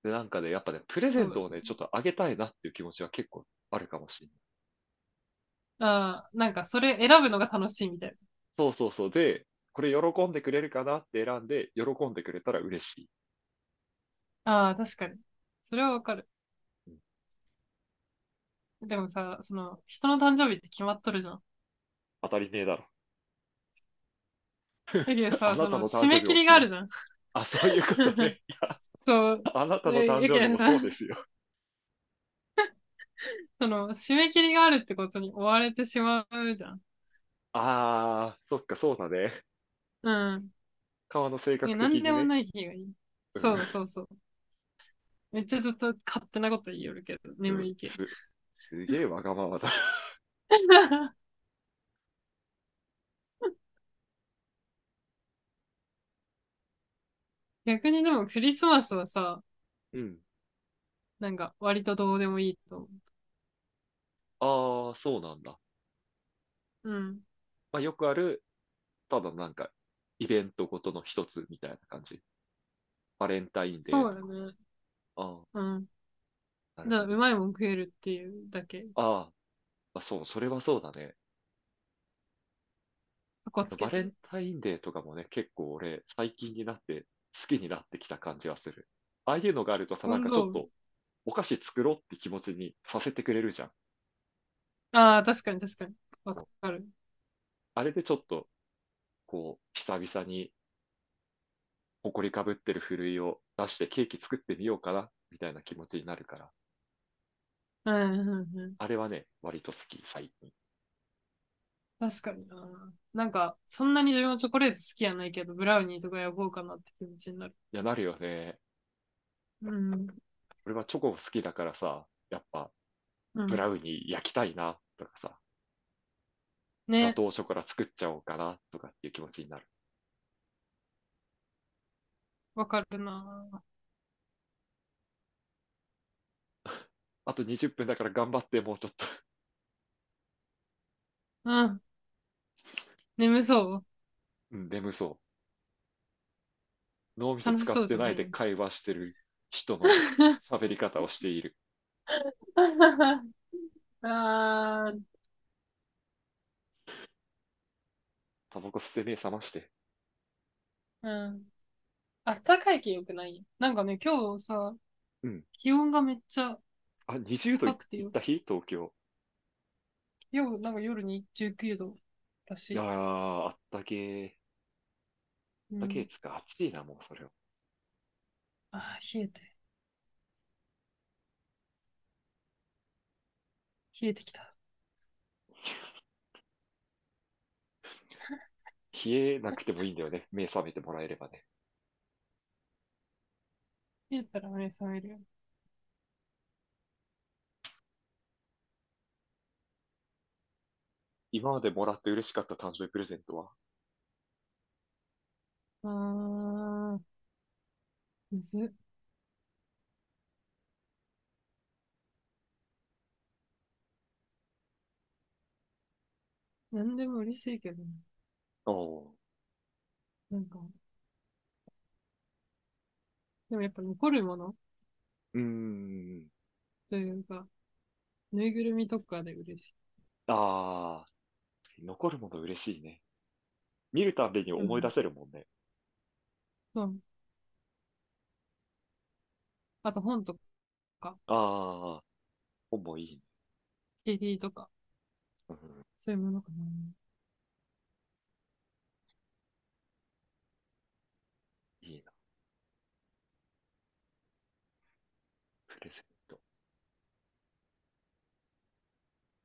Speaker 2: で、なんかね、やっぱね、プレゼントを
Speaker 1: そうだ
Speaker 2: ね、
Speaker 1: ね
Speaker 2: ちょっとあげたいなっていう気持ちは結構あるかもしれない。
Speaker 1: ああ、なんかそれ選ぶのが楽しいみたい
Speaker 2: そうそうそう。で、これ喜んでくれるかなって選んで、喜んでくれたら嬉しい。
Speaker 1: な。ああ、確かに。それはわかる
Speaker 2: うん。
Speaker 1: でもさ、その、人の誕生日って決まっとるじゃ ん。
Speaker 2: 当たりねえだろ。
Speaker 1: だけど
Speaker 2: あ
Speaker 1: さ、
Speaker 2: な
Speaker 1: そ
Speaker 2: たの
Speaker 1: の、
Speaker 2: 誕生日
Speaker 1: 締め切りがあるじゃん。
Speaker 2: あ、そういうこと ね。いや
Speaker 1: そう、
Speaker 2: あなたの誕生日もそうですよ。
Speaker 1: その、締め切りがあるってことに追われてしまうじゃん。
Speaker 2: ああ、そっか、そうだね。
Speaker 1: うん。
Speaker 2: 川の性
Speaker 1: い
Speaker 2: 格
Speaker 1: や、
Speaker 2: 的
Speaker 1: なん
Speaker 2: に
Speaker 1: でも
Speaker 2: ね。
Speaker 1: ない日がいい。
Speaker 2: うん
Speaker 1: そうそうそう。めっちゃずっと勝手なこと言いよるけど、
Speaker 2: う
Speaker 1: 眠
Speaker 2: ん
Speaker 1: いけど。
Speaker 2: す、すげえわがままだ。
Speaker 1: 逆にでもクリスマスはさ、
Speaker 2: うん。
Speaker 1: なんか割とどうでもいいと思
Speaker 2: ああ、そうなんだ。
Speaker 1: う。うん。
Speaker 2: まあ、よくある、ただなんか、イベントごとの一つみたいな感じ。バレンタインデー
Speaker 1: そう
Speaker 2: と
Speaker 1: だ
Speaker 2: か。
Speaker 1: ね。
Speaker 2: あ
Speaker 1: うん。
Speaker 2: あ、
Speaker 1: だか
Speaker 2: な
Speaker 1: ら
Speaker 2: るほ
Speaker 1: う
Speaker 2: ど。
Speaker 1: まいもん食えるっていうだけ。
Speaker 2: あーあ、そう、それはそうだね。
Speaker 1: かっこつけ
Speaker 2: バレ
Speaker 1: て
Speaker 2: ン。タインデーとかもね、結構俺、最近になって好きになってきた感じはする。ああいうのがあるとさ、なんかちょっ
Speaker 1: 本
Speaker 2: と、お菓子作ろうって気持ちにさせてくれるじゃん。
Speaker 1: ああ、確かに確かに。わかる。
Speaker 2: あれでちょっと、こう、久々に、埃かぶってるふるいを出してケーキ作ってみようかな、みたいな気持ちになるか
Speaker 1: う
Speaker 2: ら、
Speaker 1: んうんうん。
Speaker 2: あれはね、割と好き、最近。
Speaker 1: 確かにな。なんか、そんなに自分はチョコレート好きやないけど、ブラウニーとかやぼうかなって気持ちになる。
Speaker 2: いや、なるよね。
Speaker 1: うん。
Speaker 2: 俺はチョコ好きだからさ、やっぱ、
Speaker 1: うん
Speaker 2: ブラウニー焼きたいな、とかさ、ガ
Speaker 1: ね。
Speaker 2: トーショコラ作っちゃおうかな、とかっていう気持ちになる。
Speaker 1: わかるな。
Speaker 2: あと20分だから頑張って、もうちょっと。
Speaker 1: うん。眠そう。
Speaker 2: うん、眠そう。脳みそ使ってないで会話してる人 の喋り方をしている。
Speaker 1: あー
Speaker 2: タバコ吸って目覚まして。
Speaker 1: うん。あったかい系よくないなんかね、今日さ
Speaker 2: うん、
Speaker 1: 気温がめっちゃ
Speaker 2: あ、20度い
Speaker 1: 高くて
Speaker 2: 行
Speaker 1: よ
Speaker 2: っ。た日東京。
Speaker 1: 夜、なんか夜に19度らし
Speaker 2: い
Speaker 1: い。
Speaker 2: やー、あったけー。
Speaker 1: う
Speaker 2: だけ
Speaker 1: ん。
Speaker 2: つか、暑いな、もうそれは。
Speaker 1: あー、冷えて、冷えてきた。
Speaker 2: 冷えなくてもいいんだ よね。目覚めてもらえればね。
Speaker 1: 冷えたら目覚めるよ。
Speaker 2: 今までもらって嬉しかった誕生日プレゼントは
Speaker 1: あー、むずっ。なんでも嬉しいけどね、
Speaker 2: おー
Speaker 1: なんか、でもやっぱ残るもの
Speaker 2: うーん。
Speaker 1: というか、ぬいぐるみとかで嬉しい。
Speaker 2: あー、残るもの嬉しいね。見るたびに
Speaker 1: う
Speaker 2: 思い出
Speaker 1: ん。
Speaker 2: せるもんね。
Speaker 1: そう。あと本とか、
Speaker 2: あー、本もいいね。
Speaker 1: CD とか、
Speaker 2: うん
Speaker 1: そういうものかな。
Speaker 2: いいな。プレゼント。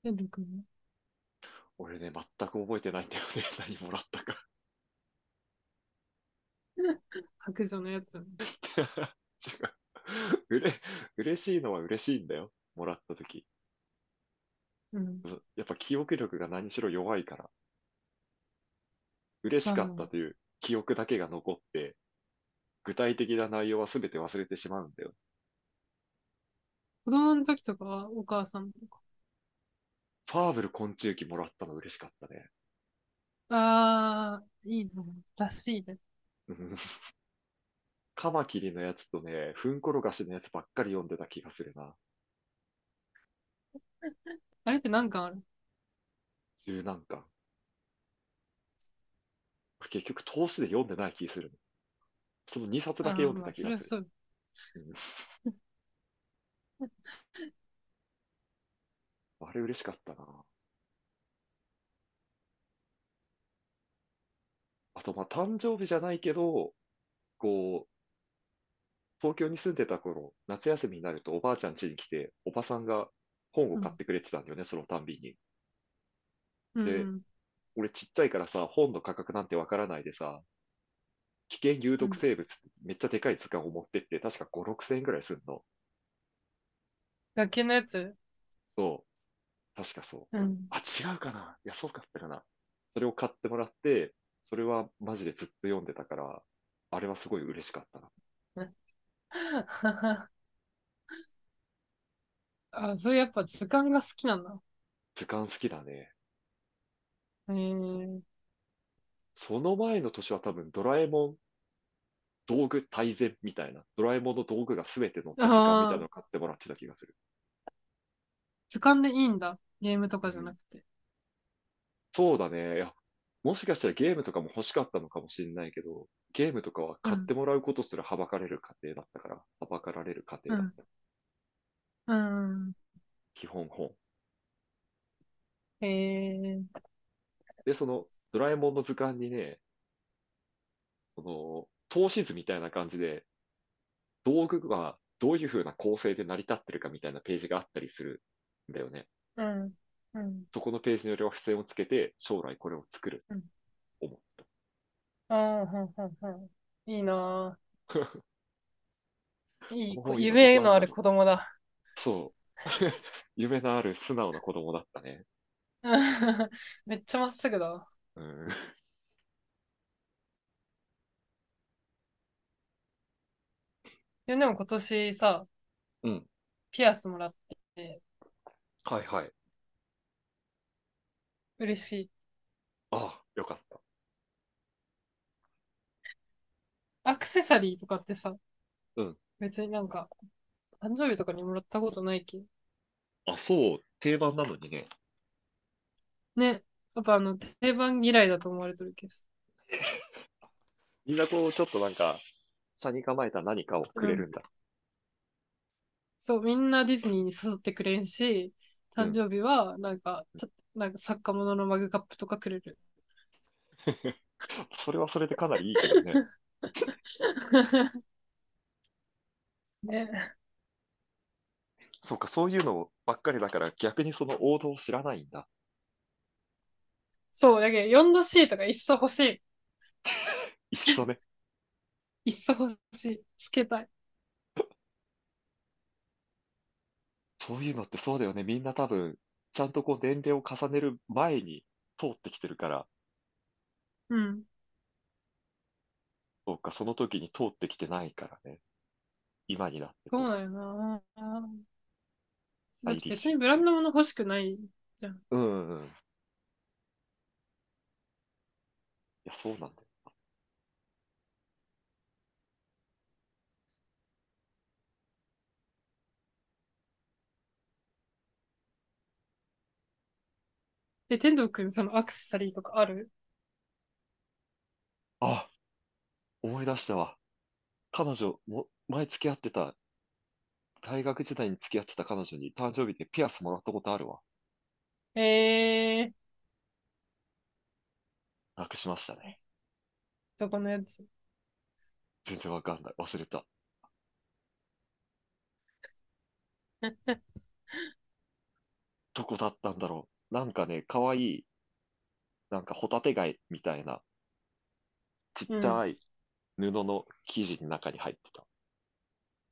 Speaker 1: 天童くんは
Speaker 2: 俺ね、全く覚えてないんだよね。 何もらったか。
Speaker 1: 白状のやつ。
Speaker 2: 違う。うれ、嬉しいのは嬉しいんだよ。もらったとき。
Speaker 1: うん。
Speaker 2: うんやっぱ記憶力が何しろ弱いから、嬉
Speaker 1: あ
Speaker 2: しかった
Speaker 1: あ、
Speaker 2: という記憶だけが残って、具体的な内容は全て忘れてしまうんだよ。
Speaker 1: 子供の時とかはお母さんとか。
Speaker 2: ファーブル昆虫記もらったの嬉しかったね。
Speaker 1: ああ、いいの、らしいね。
Speaker 2: うん カマキリのやつとね、フンコロガシのやつばっかり読んでた気がするな。
Speaker 1: あれって何巻ある
Speaker 2: 十何巻。結局通しで読んでない気がする。その2冊
Speaker 1: あ
Speaker 2: だ
Speaker 1: あ
Speaker 2: け読
Speaker 1: ー、
Speaker 2: んで
Speaker 1: ま
Speaker 2: た
Speaker 1: あ、そ
Speaker 2: 気が
Speaker 1: れは
Speaker 2: する。
Speaker 1: そう。
Speaker 2: うんあれ嬉しかったな。あと、まあ、誕生日じゃないけど、こう、東京に住んでた頃、夏休みになるとおばあちゃん家に来て、おばさんが本を
Speaker 1: う
Speaker 2: 買っ
Speaker 1: ん。
Speaker 2: てくれてたんだよね、そのたんびに。
Speaker 1: う
Speaker 2: で、
Speaker 1: ん。
Speaker 2: 俺ちっちゃいからさ、本の価格なんてわからないでさ、危険有
Speaker 1: う
Speaker 2: 毒
Speaker 1: ん。
Speaker 2: 生物ってめっちゃでかい図鑑を持ってって、確か5、6千円ぐらいすんの。
Speaker 1: 学研のやつ
Speaker 2: そう、確かそう。
Speaker 1: うん。
Speaker 2: あ、違うかな。いや、そうかったかな。それを買ってもらって、それはマジでずっと読んでたから、あれはすごい嬉しかったな。
Speaker 1: ああ、それやっぱ図鑑が好きなんだ。
Speaker 2: 図鑑好きだね。
Speaker 1: えー、
Speaker 2: その前の年は多分ドラえもん道具大全みたいな、ドラえもんの道具が全て載った図鑑みたいな
Speaker 1: あ
Speaker 2: の
Speaker 1: あ、
Speaker 2: を買ってもらってた気がする。
Speaker 1: 図鑑でいいんだ。ゲームと
Speaker 2: う。
Speaker 1: かじゃなんくて。
Speaker 2: そうだね。いや、もしかしたらゲームとかも欲しかったのかもしれないけど、ゲームとかは
Speaker 1: う
Speaker 2: 買って
Speaker 1: ん、
Speaker 2: もらうことすらはばかれる過程だったから、はばかられる過
Speaker 1: う
Speaker 2: 程だっ
Speaker 1: ん、
Speaker 2: た。
Speaker 1: うん。
Speaker 2: 基本本。
Speaker 1: えー、
Speaker 2: で、そのドラえもんの図鑑にね、その、投資図みたいな感じで、道具がどういう風な構成で成り立ってるかみたいなページがあったりするんだよね。
Speaker 1: うん、うん、
Speaker 2: そこのページの両付箋をつけて、将来これを作る
Speaker 1: うん。
Speaker 2: と思った。
Speaker 1: ああ、はんはんはん。いいなぁ。い
Speaker 2: こ
Speaker 1: い
Speaker 2: の
Speaker 1: 子、
Speaker 2: 本今ど
Speaker 1: 夢
Speaker 2: こあ
Speaker 1: の
Speaker 2: る
Speaker 1: あ
Speaker 2: ん
Speaker 1: る
Speaker 2: だろ
Speaker 1: 子供だ。
Speaker 2: う。そう。 夢のある素直な子供だったね。
Speaker 1: めっちゃまっすぐだわ。
Speaker 2: うん。
Speaker 1: いや、でも今年さ、
Speaker 2: うん。
Speaker 1: ピアスもらって、
Speaker 2: はいはい。
Speaker 1: 嬉しい。
Speaker 2: ああ、よかった。
Speaker 1: アクセサリーとかってさ、
Speaker 2: うん。
Speaker 1: 別になんか、誕生日とかにもらったことないけど。
Speaker 2: あ、そう。定番なのにね。
Speaker 1: ね、やっぱあの、定番嫌いだと思われてるけどさ。
Speaker 2: みんなこう、ちょっとなんか、車に構えた何かをく
Speaker 1: う
Speaker 2: れる
Speaker 1: ん。
Speaker 2: んだ。
Speaker 1: そう、みんなディズニーに誘ってくれんし、誕生日は、なんか、たなんか作家物のマグカップとかくれる。
Speaker 2: それはそれでかなりいいけどね。
Speaker 1: ね。
Speaker 2: そうか、そういうのばっかりだから逆にその王道を知らないんだ。
Speaker 1: そう、だけど 4°C とかいっそ欲しい。
Speaker 2: いっそ ね。
Speaker 1: いっそ欲しい。つけたい。
Speaker 2: そういうのってそうだよね。みんな多分、ちゃんとこう年齢を重ねる前に通ってきてるから、
Speaker 1: うん。
Speaker 2: そうか、その時に通ってきてないからね。今になって
Speaker 1: そう
Speaker 2: こう
Speaker 1: なんよな。だ
Speaker 2: 再
Speaker 1: って
Speaker 2: 利
Speaker 1: 別
Speaker 2: 用
Speaker 1: にブランド物欲しくない。
Speaker 2: うんうんうん。いや、そうなんだよ。
Speaker 1: え、天童くん、そのアクセサリーとかある
Speaker 2: あ、思い出したわ。彼女も、前付き合ってた、大学時代に付き合ってた彼女に誕生日でピアスもらったことあるわ。
Speaker 1: えー、
Speaker 2: なくしましたね。
Speaker 1: どこのやつ
Speaker 2: 全然わかんない。忘れた。どこだったんだろう。なんかね、かわいい、なんかホタテ貝みたいな、ちっちゃい布の生地の中に入ってた。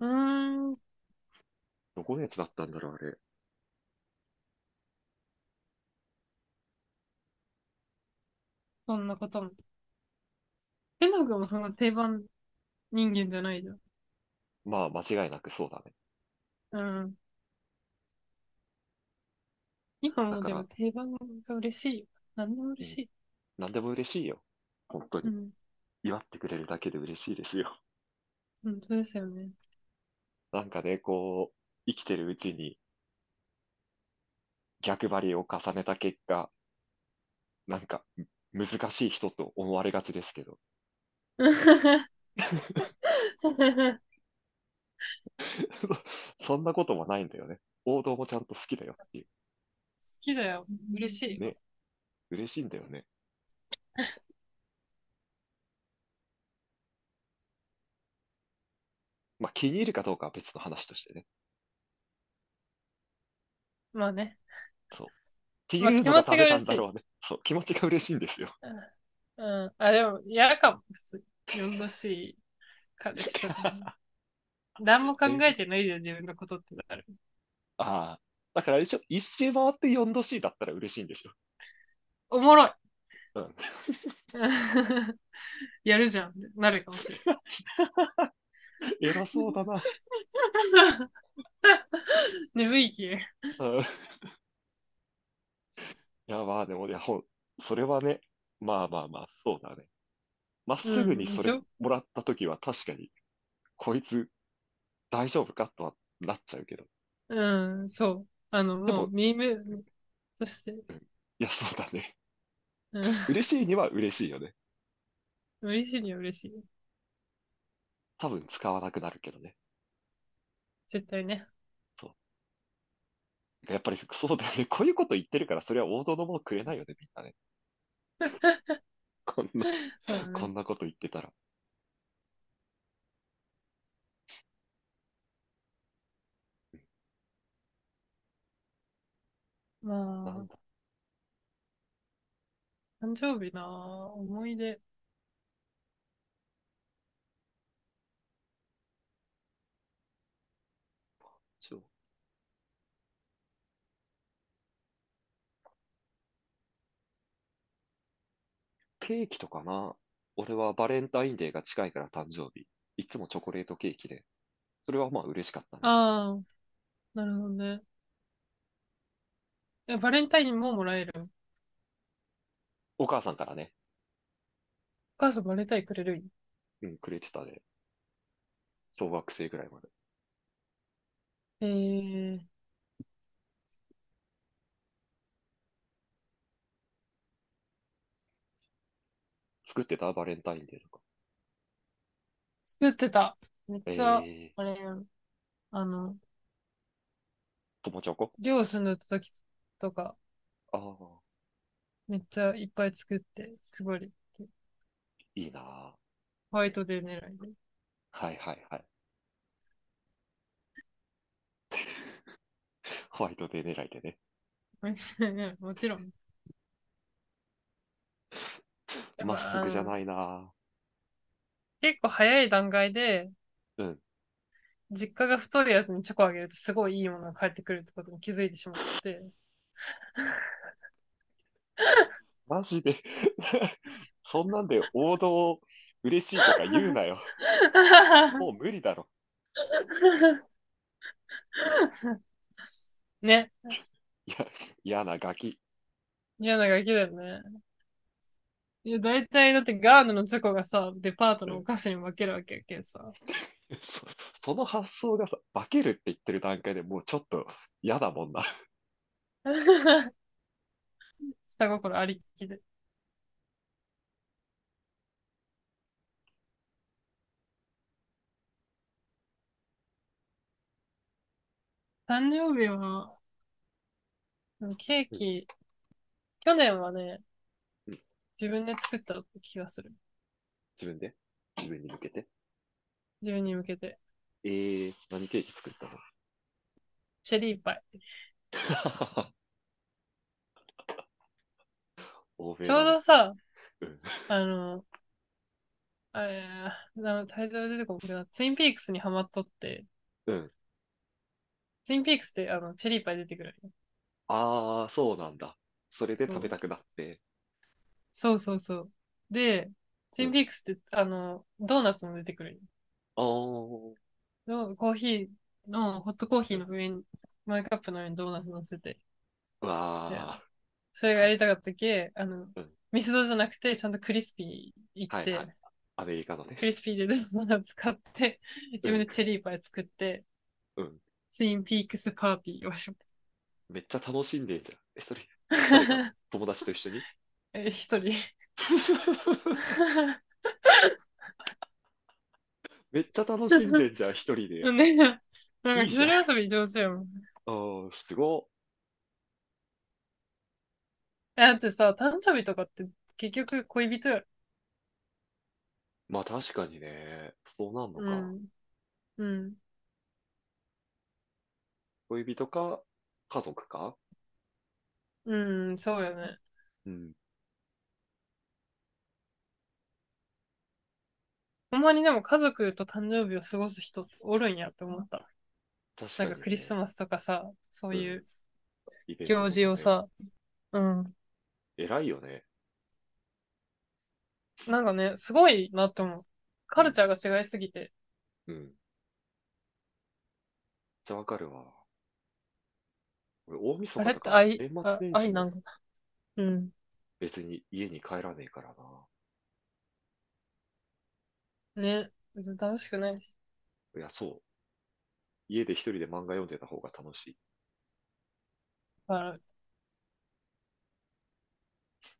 Speaker 1: うーん。
Speaker 2: どこのやつだったんだろう、あれ。
Speaker 1: そんなことも。天童くんもそんな定番人間じゃないじゃん。
Speaker 2: まあ、間違いなくそうだね。
Speaker 1: うん。今もでも
Speaker 2: だか
Speaker 1: 定番が嬉しいよ。何でも嬉しい。
Speaker 2: 何でも嬉しいよ。本当
Speaker 1: う
Speaker 2: に。
Speaker 1: ん。
Speaker 2: 祝ってくれるだけで嬉しいですよ。
Speaker 1: 本当ですよ ね。
Speaker 2: なんかね、こう、生きてるうちに逆張りを重ねた結果、なんかむ難しい人と思われがちですけど、 そんなこともないんだよね。王道もちゃんと好きだよっていう。
Speaker 1: 好きだよ。嬉しい。
Speaker 2: ね嬉しいんだよね。 まあ気に入るかどうかは別の話としてね。っ
Speaker 1: まあね。
Speaker 2: てい
Speaker 1: まあ
Speaker 2: うのが
Speaker 1: 気持ちが
Speaker 2: ダメな
Speaker 1: 嬉
Speaker 2: ん
Speaker 1: しい
Speaker 2: だろうね。そう、気持ちが嬉しいんですよ。
Speaker 1: うん。あ、でも、嫌かも。普通に。4度 C 彼氏と かね。何も考えてないよ、自分のことってなる。
Speaker 2: ああ。だからあれでしょ、一周回って4度 C だったら嬉しいんでしょ。
Speaker 1: おもろい。
Speaker 2: うん。
Speaker 1: やるじゃんってなるかもしれない。
Speaker 2: 偉そうだな。
Speaker 1: 眠いき。
Speaker 2: うんい や、まあでも、いや、ほん、それはね、まあまあまあ、そうだね。まっすぐにそれ
Speaker 1: うんでし
Speaker 2: もらったときは確かに、こいつ大丈夫かとはなっちゃうけど。い
Speaker 1: うん、そう。あの、
Speaker 2: で
Speaker 1: も
Speaker 2: も
Speaker 1: う、ミームとして、
Speaker 2: や、そうだね。
Speaker 1: うん、
Speaker 2: 嬉しいには嬉しいよね。
Speaker 1: 嬉しいには嬉しい。
Speaker 2: 多分使わなくなるけどね。
Speaker 1: 絶対ね。
Speaker 2: やっぱりそうだよね。こういうこと言ってるから、それは王道のものくれないよね、みんなね。 こんな、
Speaker 1: うん
Speaker 2: こんなこと言ってたら。な
Speaker 1: ま
Speaker 2: んだ。
Speaker 1: あ、誕生日なあ思い出。
Speaker 2: そう。ケーキとかな。俺はバレンタインデーが近いから誕生日。いつもチョコレートケーキで。それはまあ嬉しかったね。
Speaker 1: ああ、なるほどね。え、バレンタインももらえるお
Speaker 2: お母さんからね、
Speaker 1: 母さんバレンタインくれる
Speaker 2: うん、くれてたね。小学生ぐらいまで。
Speaker 1: えー、
Speaker 2: 作ってたバレンタインデーとか。
Speaker 1: 作ってた。めっ
Speaker 2: え
Speaker 1: ちゃ、
Speaker 2: え
Speaker 1: あれやんあの、
Speaker 2: 友チョコ
Speaker 1: 寮住んでた時とか、
Speaker 2: ああ、
Speaker 1: めっちゃいっぱい作って配り、
Speaker 2: いいなあ
Speaker 1: ホワイトデー狙いで。
Speaker 2: はいはい はい。ホワイトデー狙いでね。
Speaker 1: もちろん。
Speaker 2: まっすぐじゃ
Speaker 1: い。
Speaker 2: ないな
Speaker 1: 結構早い段階で、
Speaker 2: うん
Speaker 1: 実家が太いやつにチョコあげるとすごいいいものが返ってくるってことに気づいてしま って、
Speaker 2: マジで そんなんで王道嬉しいとか言う なよ。もう無理だろ。
Speaker 1: ね、
Speaker 2: いや、嫌なガキ。
Speaker 1: 嫌なガキだよね。いや、大体だってガーナのチョコがさ、デパートのお菓子に負けるわけやけんさ。
Speaker 2: そ、その発想がさ、化けるって言ってる段階でもうちょっと嫌だもんな。
Speaker 1: 下心ありきで。誕生日は、ケーキ、去年はね
Speaker 2: うん、
Speaker 1: 自分で作った気がする。
Speaker 2: 自分で自分に向けて。
Speaker 1: 自分に向けて。
Speaker 2: えー、何ケーキ作った
Speaker 1: チェリーパイ。
Speaker 2: の欧米
Speaker 1: ちょう
Speaker 2: だね
Speaker 1: どさ
Speaker 2: うん、
Speaker 1: あの、あれ、なタイトル出てこんけど、ツインピークスにハマっとって、
Speaker 2: うん
Speaker 1: ツインピークスってあのチェリーパイ出てくる。
Speaker 2: ああ、そうなんだ。それで
Speaker 1: そう
Speaker 2: 食べたくなって。
Speaker 1: そうそうそう。で、ツインピークスって、あの、ドーナツも出てくる。
Speaker 2: あー
Speaker 1: ドコーヒーの、ホットコーヒーの上に、マイカップの上にドーナツ乗せて、
Speaker 2: うわ
Speaker 1: それがやりたかったけ、あの
Speaker 2: うん、
Speaker 1: ミスドじゃなくて、ちゃんとクリスピー行っ
Speaker 2: はいは
Speaker 1: て、
Speaker 2: ー、アメリカのね
Speaker 1: ク。リスピーでドーナツ買って、自分でチェリーパイ作って、
Speaker 2: うん。
Speaker 1: ツインピークスパーティーをしよ
Speaker 2: めっちゃ楽しんでんじゃん。え、 それ、誰か
Speaker 1: う。
Speaker 2: 友達と一緒に
Speaker 1: え、一人。
Speaker 2: めっちゃ楽しんでんじゃん、一人で。
Speaker 1: ね、なんか
Speaker 2: いい
Speaker 1: 一
Speaker 2: じゃん
Speaker 1: 人遊び上手やもん。
Speaker 2: あー、すご
Speaker 1: えだってさ、誕生日とかって結局恋人やろ。
Speaker 2: い。まあ確かにね、そうなんの
Speaker 1: う
Speaker 2: か。
Speaker 1: ん。うん。
Speaker 2: 恋人か、家族か。
Speaker 1: うん、そうよね。
Speaker 2: うん。
Speaker 1: ほんまにでも家族と誕生日を過ごす人おるんやって思った。
Speaker 2: 確
Speaker 1: な
Speaker 2: か
Speaker 1: ん
Speaker 2: にね、
Speaker 1: かクリスマスとかさ、そういう
Speaker 2: イベントとかね
Speaker 1: 行事を。さ、うん。
Speaker 2: 偉いよね。
Speaker 1: なんかね、すごいなって思う。カルチャーが違いすぎて。
Speaker 2: うん。めっちゃわかるわ。俺、大晦
Speaker 1: あ
Speaker 2: 日
Speaker 1: れっ
Speaker 2: と
Speaker 1: て
Speaker 2: か、
Speaker 1: 愛
Speaker 2: 年、末
Speaker 1: あ
Speaker 2: 年始
Speaker 1: 愛な
Speaker 2: も
Speaker 1: んかな。うん。
Speaker 2: 別に家に帰らねえからな。
Speaker 1: ね。別に楽しくないし。
Speaker 2: いや、そう。家で一人で漫画読んでた方が楽しい。
Speaker 1: わかる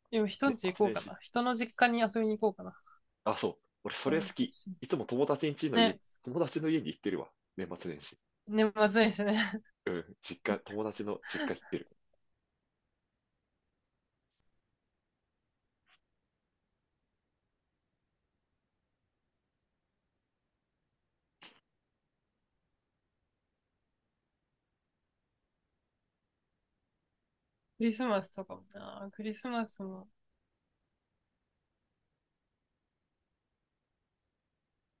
Speaker 1: でも人んち行こうか
Speaker 2: ね
Speaker 1: な。人の実家に遊びに行こうかな。
Speaker 2: あ、そう。俺、それ好き。いつも友達ん家の家、
Speaker 1: ね
Speaker 2: 友達の家に行ってるわ。年末年始。
Speaker 1: 年末年始ね。
Speaker 2: うん。実家、友達の実家行ってる。
Speaker 1: クリスマスとかもな。クリスマスも。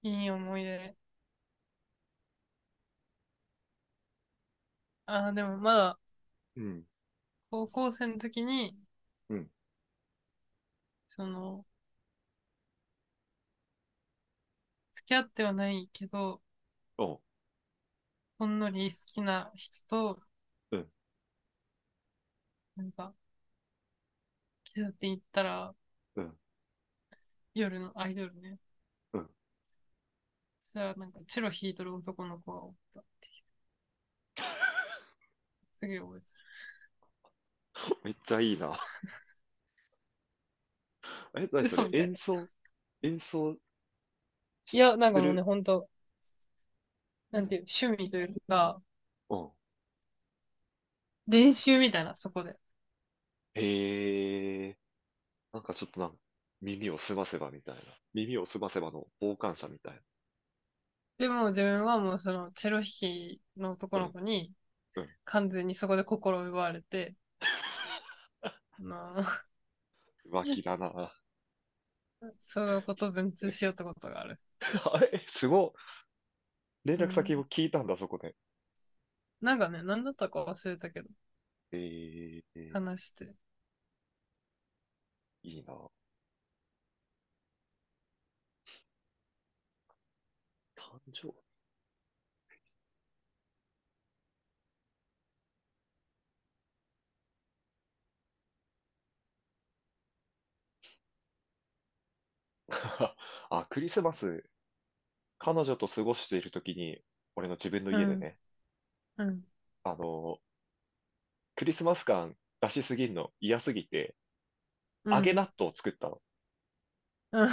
Speaker 1: いい思い出。あー、でもまだ
Speaker 2: うん。
Speaker 1: 高校生の時に、
Speaker 2: うん
Speaker 1: その、付き合ってはないけど、
Speaker 2: おう
Speaker 1: ほんのり好きな人と、
Speaker 2: うん
Speaker 1: なんか、喫茶店行ったら、
Speaker 2: うん
Speaker 1: 夜のアイドルね。
Speaker 2: うん
Speaker 1: そしたら、なんか、チェロ弾いとる男の子がおった っていう。すげえ覚えて
Speaker 2: めっちゃいいな。 え、何そ
Speaker 1: 嘘みた
Speaker 2: れ
Speaker 1: い
Speaker 2: 演奏演奏
Speaker 1: る。いや、なんか
Speaker 2: す
Speaker 1: もう
Speaker 2: る
Speaker 1: ね、ほんと、なんていう、趣味というか、
Speaker 2: うん。
Speaker 1: 練習みたいな、そこで。
Speaker 2: へえ、なんかちょっとなん、耳を澄ませばみたいな。耳を澄ませばの傍観者みたい
Speaker 1: でも自分はもうそのチェロ弾きの男
Speaker 2: な。う
Speaker 1: の
Speaker 2: ん、
Speaker 1: 子に
Speaker 2: うん。
Speaker 1: 完全にそこで心を奪われ て、あの
Speaker 2: 浮気 だな。
Speaker 1: そのことを文通しようってことがある。
Speaker 2: あれ、すごい。連
Speaker 1: う
Speaker 2: 絡先
Speaker 1: ん。
Speaker 2: を聞いたんだ、そこで。
Speaker 1: なんかね、何だったか忘れたけど、
Speaker 2: ええ、
Speaker 1: 話して。
Speaker 2: いいな。誕生日。 あ、クリスマス、彼女と過ごしているときに、俺の自分の
Speaker 1: う
Speaker 2: 家で
Speaker 1: ん、
Speaker 2: ね、
Speaker 1: うん、
Speaker 2: あの、クリスマス感出しすぎんの嫌すぎて、
Speaker 1: う
Speaker 2: 揚げ
Speaker 1: ん、
Speaker 2: 納豆を作っ たの。
Speaker 1: うん。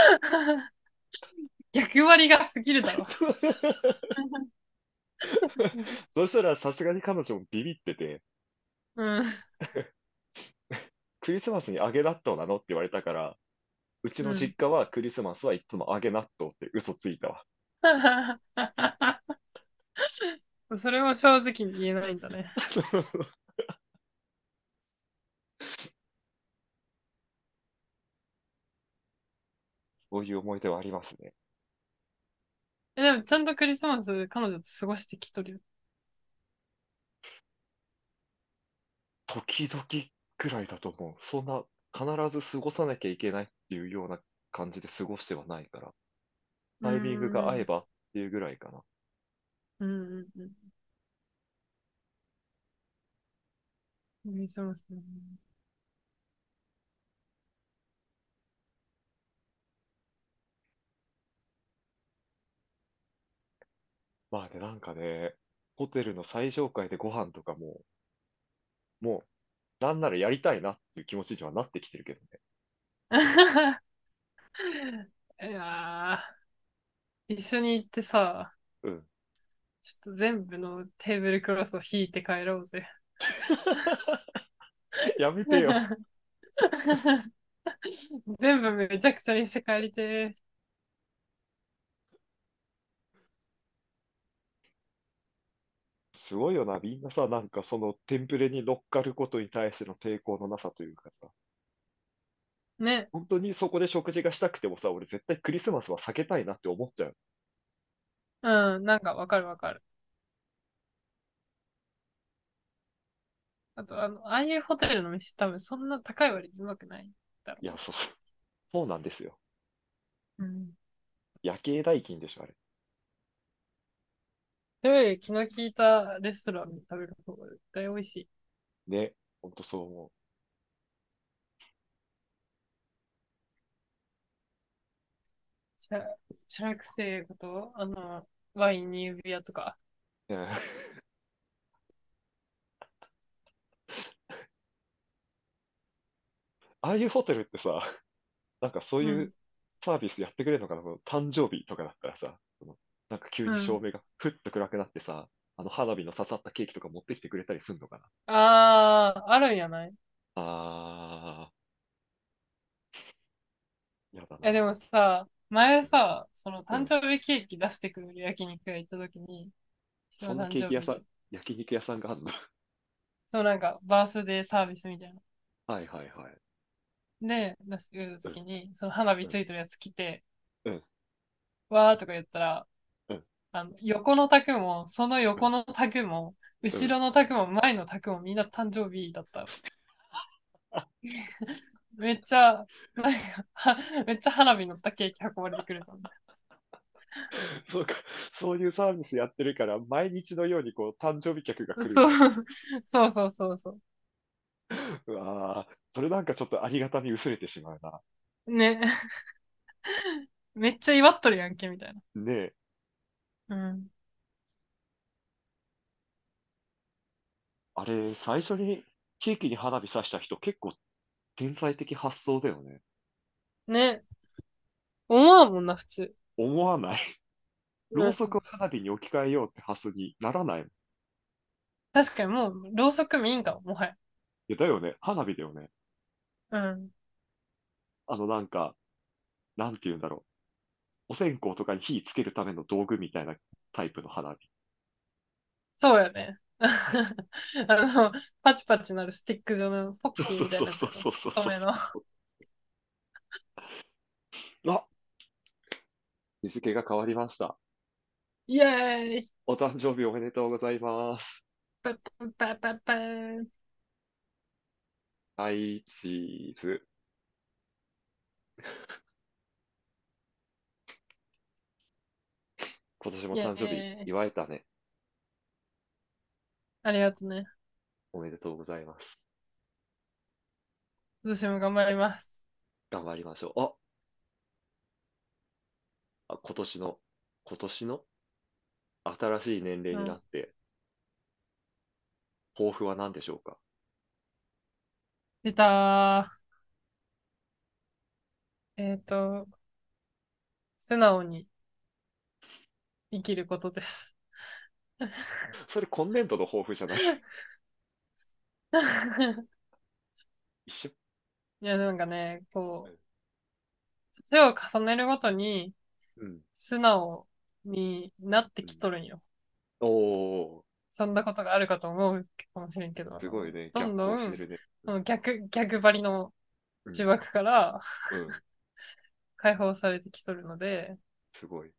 Speaker 1: 役割が過ぎるだろ。
Speaker 2: そしたらさすがに彼女もビビってて、
Speaker 1: うん、
Speaker 2: クリスマスに揚げ納豆なのって言われたから、うち
Speaker 1: う
Speaker 2: の
Speaker 1: ん。
Speaker 2: 実家はクリスマスはいつも揚げ納豆って嘘ついたわ。
Speaker 1: それも正直に言えないんだね。
Speaker 2: そういう思い出はありますね。
Speaker 1: え、でもちゃんとクリスマス彼女と過ごしてきとるよ。
Speaker 2: 時々くらいだと思う。そんな、必ず過ごさなきゃいけないっていうような感じで過ごしてはないから、
Speaker 1: う
Speaker 2: タイミングが合え
Speaker 1: ん、
Speaker 2: ばっていうぐらいかな。
Speaker 1: うん、うん。クリスマスね。
Speaker 2: まあね、なんかね、ホテルの最上階でご飯とかも、もう、なんならやりたいなっていう気持ちにはなってきてるけどね。
Speaker 1: いやー一緒に行ってさ、
Speaker 2: うん。
Speaker 1: ちょっと全部のテーブルクロスを引いて帰ろうぜ。
Speaker 2: やめてよ。
Speaker 1: 全部めちゃくちゃにして帰りて
Speaker 2: すごいよな。みんなさ、なんかそのテンプレに乗っかることに対しての抵抗のなさというかさ、
Speaker 1: ー。ね。
Speaker 2: 本当にそこで食事がしたくてもさ、俺絶対クリスマスは避けたいなって思っちゃう。
Speaker 1: うん、なんかわかるわかる。あと、あの、ああいうホテルの飯多分そんな高い割にうまくないだろ
Speaker 2: いや、そう、そうなんですよ。
Speaker 1: う。うん。
Speaker 2: 夜景代金でしょ、あれ。
Speaker 1: それより気の利いたレストランで食べる方が絶対美味しい。
Speaker 2: ね。ほんとそう思う。
Speaker 1: シャ、シャラくせえこと、あの、ワインに指輪とか。
Speaker 2: うんああいうホテルってさ、なんかそう
Speaker 1: う
Speaker 2: い
Speaker 1: ん、
Speaker 2: うサービスやってくれるのかな、この誕生日とかだったらさ、そのなんか急
Speaker 1: う
Speaker 2: に照
Speaker 1: ん。
Speaker 2: 明がふっと暗くなってさ、あの花火の刺さったケーキとか持ってきてくれたりすんのかな。
Speaker 1: ああ、あるんやない
Speaker 2: あー、やだ
Speaker 1: え、で
Speaker 2: な。
Speaker 1: もさ、前
Speaker 2: うん、
Speaker 1: さ、その
Speaker 2: う
Speaker 1: 誕
Speaker 2: ん。
Speaker 1: 生日ケーキ出してくれる焼肉屋行った時に、そ
Speaker 2: そ
Speaker 1: の
Speaker 2: んな
Speaker 1: 誕
Speaker 2: ケー
Speaker 1: 生
Speaker 2: キ屋
Speaker 1: 日
Speaker 2: さん、
Speaker 1: に、
Speaker 2: 焼肉屋さんがあるの。
Speaker 1: そのなんかバースデーサービスみたいな。
Speaker 2: はいはいはい。
Speaker 1: で、出してくれた
Speaker 2: うん、
Speaker 1: 時に、その花火
Speaker 2: う
Speaker 1: つ
Speaker 2: ん、
Speaker 1: いてるやつ来て、
Speaker 2: うん、
Speaker 1: わーとか言ったら、
Speaker 2: うん、
Speaker 1: あの、横の卓も、その
Speaker 2: うん、
Speaker 1: 横の卓も、
Speaker 2: う
Speaker 1: 後
Speaker 2: ん。
Speaker 1: ろの卓も、前の卓もみんな誕生日だった。 めっちゃ、なんか、 はめっちゃ花火乗ったケーキ運ばれてくるじゃん。
Speaker 2: そうか、そういうサービスやってるから、毎日のようにこう誕生日客が来る
Speaker 1: そ
Speaker 2: んだ。
Speaker 1: う、そうそうそうそう
Speaker 2: わー、それなんかちょっとありがたみ薄れてしまうな。
Speaker 1: う。ね。めっちゃ祝っとるやんけ、みたいな。
Speaker 2: ねえ。
Speaker 1: うん。
Speaker 2: あれ、最初にケーキに花火さした人、結構天才的発想だよね。
Speaker 1: ね。思うもんな、普通。
Speaker 2: 思 わない。
Speaker 1: う。
Speaker 2: ろうんそくを花火に置き換えようって発想にならないもん。
Speaker 1: 確かにもう、ろうそくもいいんかも、もはや。
Speaker 2: いや、だよね。花火だよね。
Speaker 1: うん。
Speaker 2: あの、なんか、なんて言うんだろう。お線香とかに火つけるための道具みたいなタイプの花火。
Speaker 1: そうよね。 あの、パチパチなるスティック状のポッキー
Speaker 2: そう
Speaker 1: みたい
Speaker 2: そ
Speaker 1: なや
Speaker 2: う
Speaker 1: つ
Speaker 2: そうそうそうそう
Speaker 1: 透明の。
Speaker 2: あ、日付が変わりました。
Speaker 1: イェーイ
Speaker 2: お誕生日おめでとうございます。
Speaker 1: パッパッパッパーン。
Speaker 2: はい、チーズ。 今年も誕生
Speaker 1: イエー
Speaker 2: 日
Speaker 1: イ
Speaker 2: 祝えたね。
Speaker 1: ありがとうね。
Speaker 2: おめでとうございます。
Speaker 1: 今年も頑張ります。
Speaker 2: 頑張りましょう。あ、あ今年の、今年の新しい年齢になって、抱負は何でしょうか
Speaker 1: 出たー。えっと、素直に生きることです。
Speaker 2: それ今年度の抱 負じゃない一緒
Speaker 1: いや、なんかね、こ
Speaker 2: うん
Speaker 1: う、年を重ねるごとに
Speaker 2: うん。
Speaker 1: 素直になってきとるんよ。
Speaker 2: お
Speaker 1: そんなことがあるかと思うかもしれんけど
Speaker 2: ー、、すごいね。
Speaker 1: どんどん
Speaker 2: 逆行してるね。
Speaker 1: その逆、逆張りの呪縛から
Speaker 2: うん。
Speaker 1: 解放されてきとるので、
Speaker 2: すごい。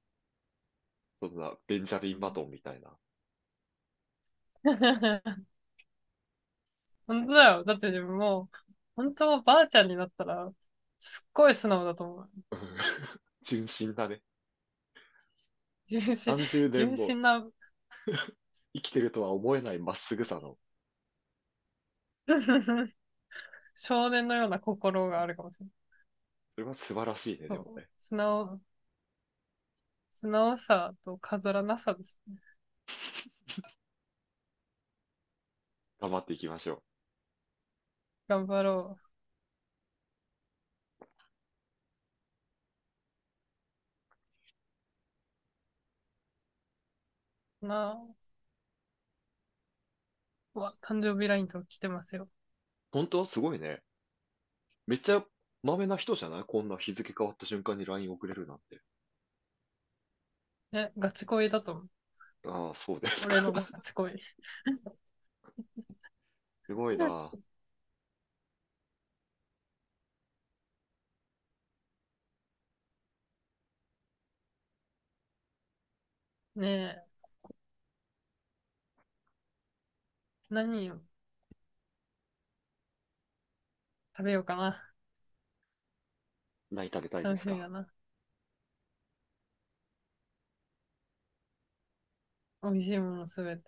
Speaker 2: そんな、ベンジャミン・マトンみたいな。
Speaker 1: 本当だよ。だって自分もう、本当もばあちゃんになったら、すっごい素直だと思う。
Speaker 2: うん純真だね。
Speaker 1: 純真、
Speaker 2: 30年
Speaker 1: 純
Speaker 2: も
Speaker 1: 真な、
Speaker 2: 生きてるとは思えないまっすぐさの。
Speaker 1: 少年のような心があるかもしれない。
Speaker 2: それは素晴らしいね、でもね。
Speaker 1: 素直、素直さと飾らなさですね。
Speaker 2: 頑張っていきましょう。
Speaker 1: 頑張ろう。なあ。うわ、誕生日ラインとか来てますよ。
Speaker 2: 本当すごいね。めっちゃまめな人じゃないこんな日付変わった瞬間に LINE 送れるなんて。
Speaker 1: ね、ガチ恋だと思う。
Speaker 2: ああ、そうですか。
Speaker 1: 俺のガチ恋。
Speaker 2: すごいな。
Speaker 1: ねえ。何を食べようかな。
Speaker 2: 何食べたいで
Speaker 1: 楽
Speaker 2: す
Speaker 1: し
Speaker 2: か
Speaker 1: みだな。美味しいものすべて。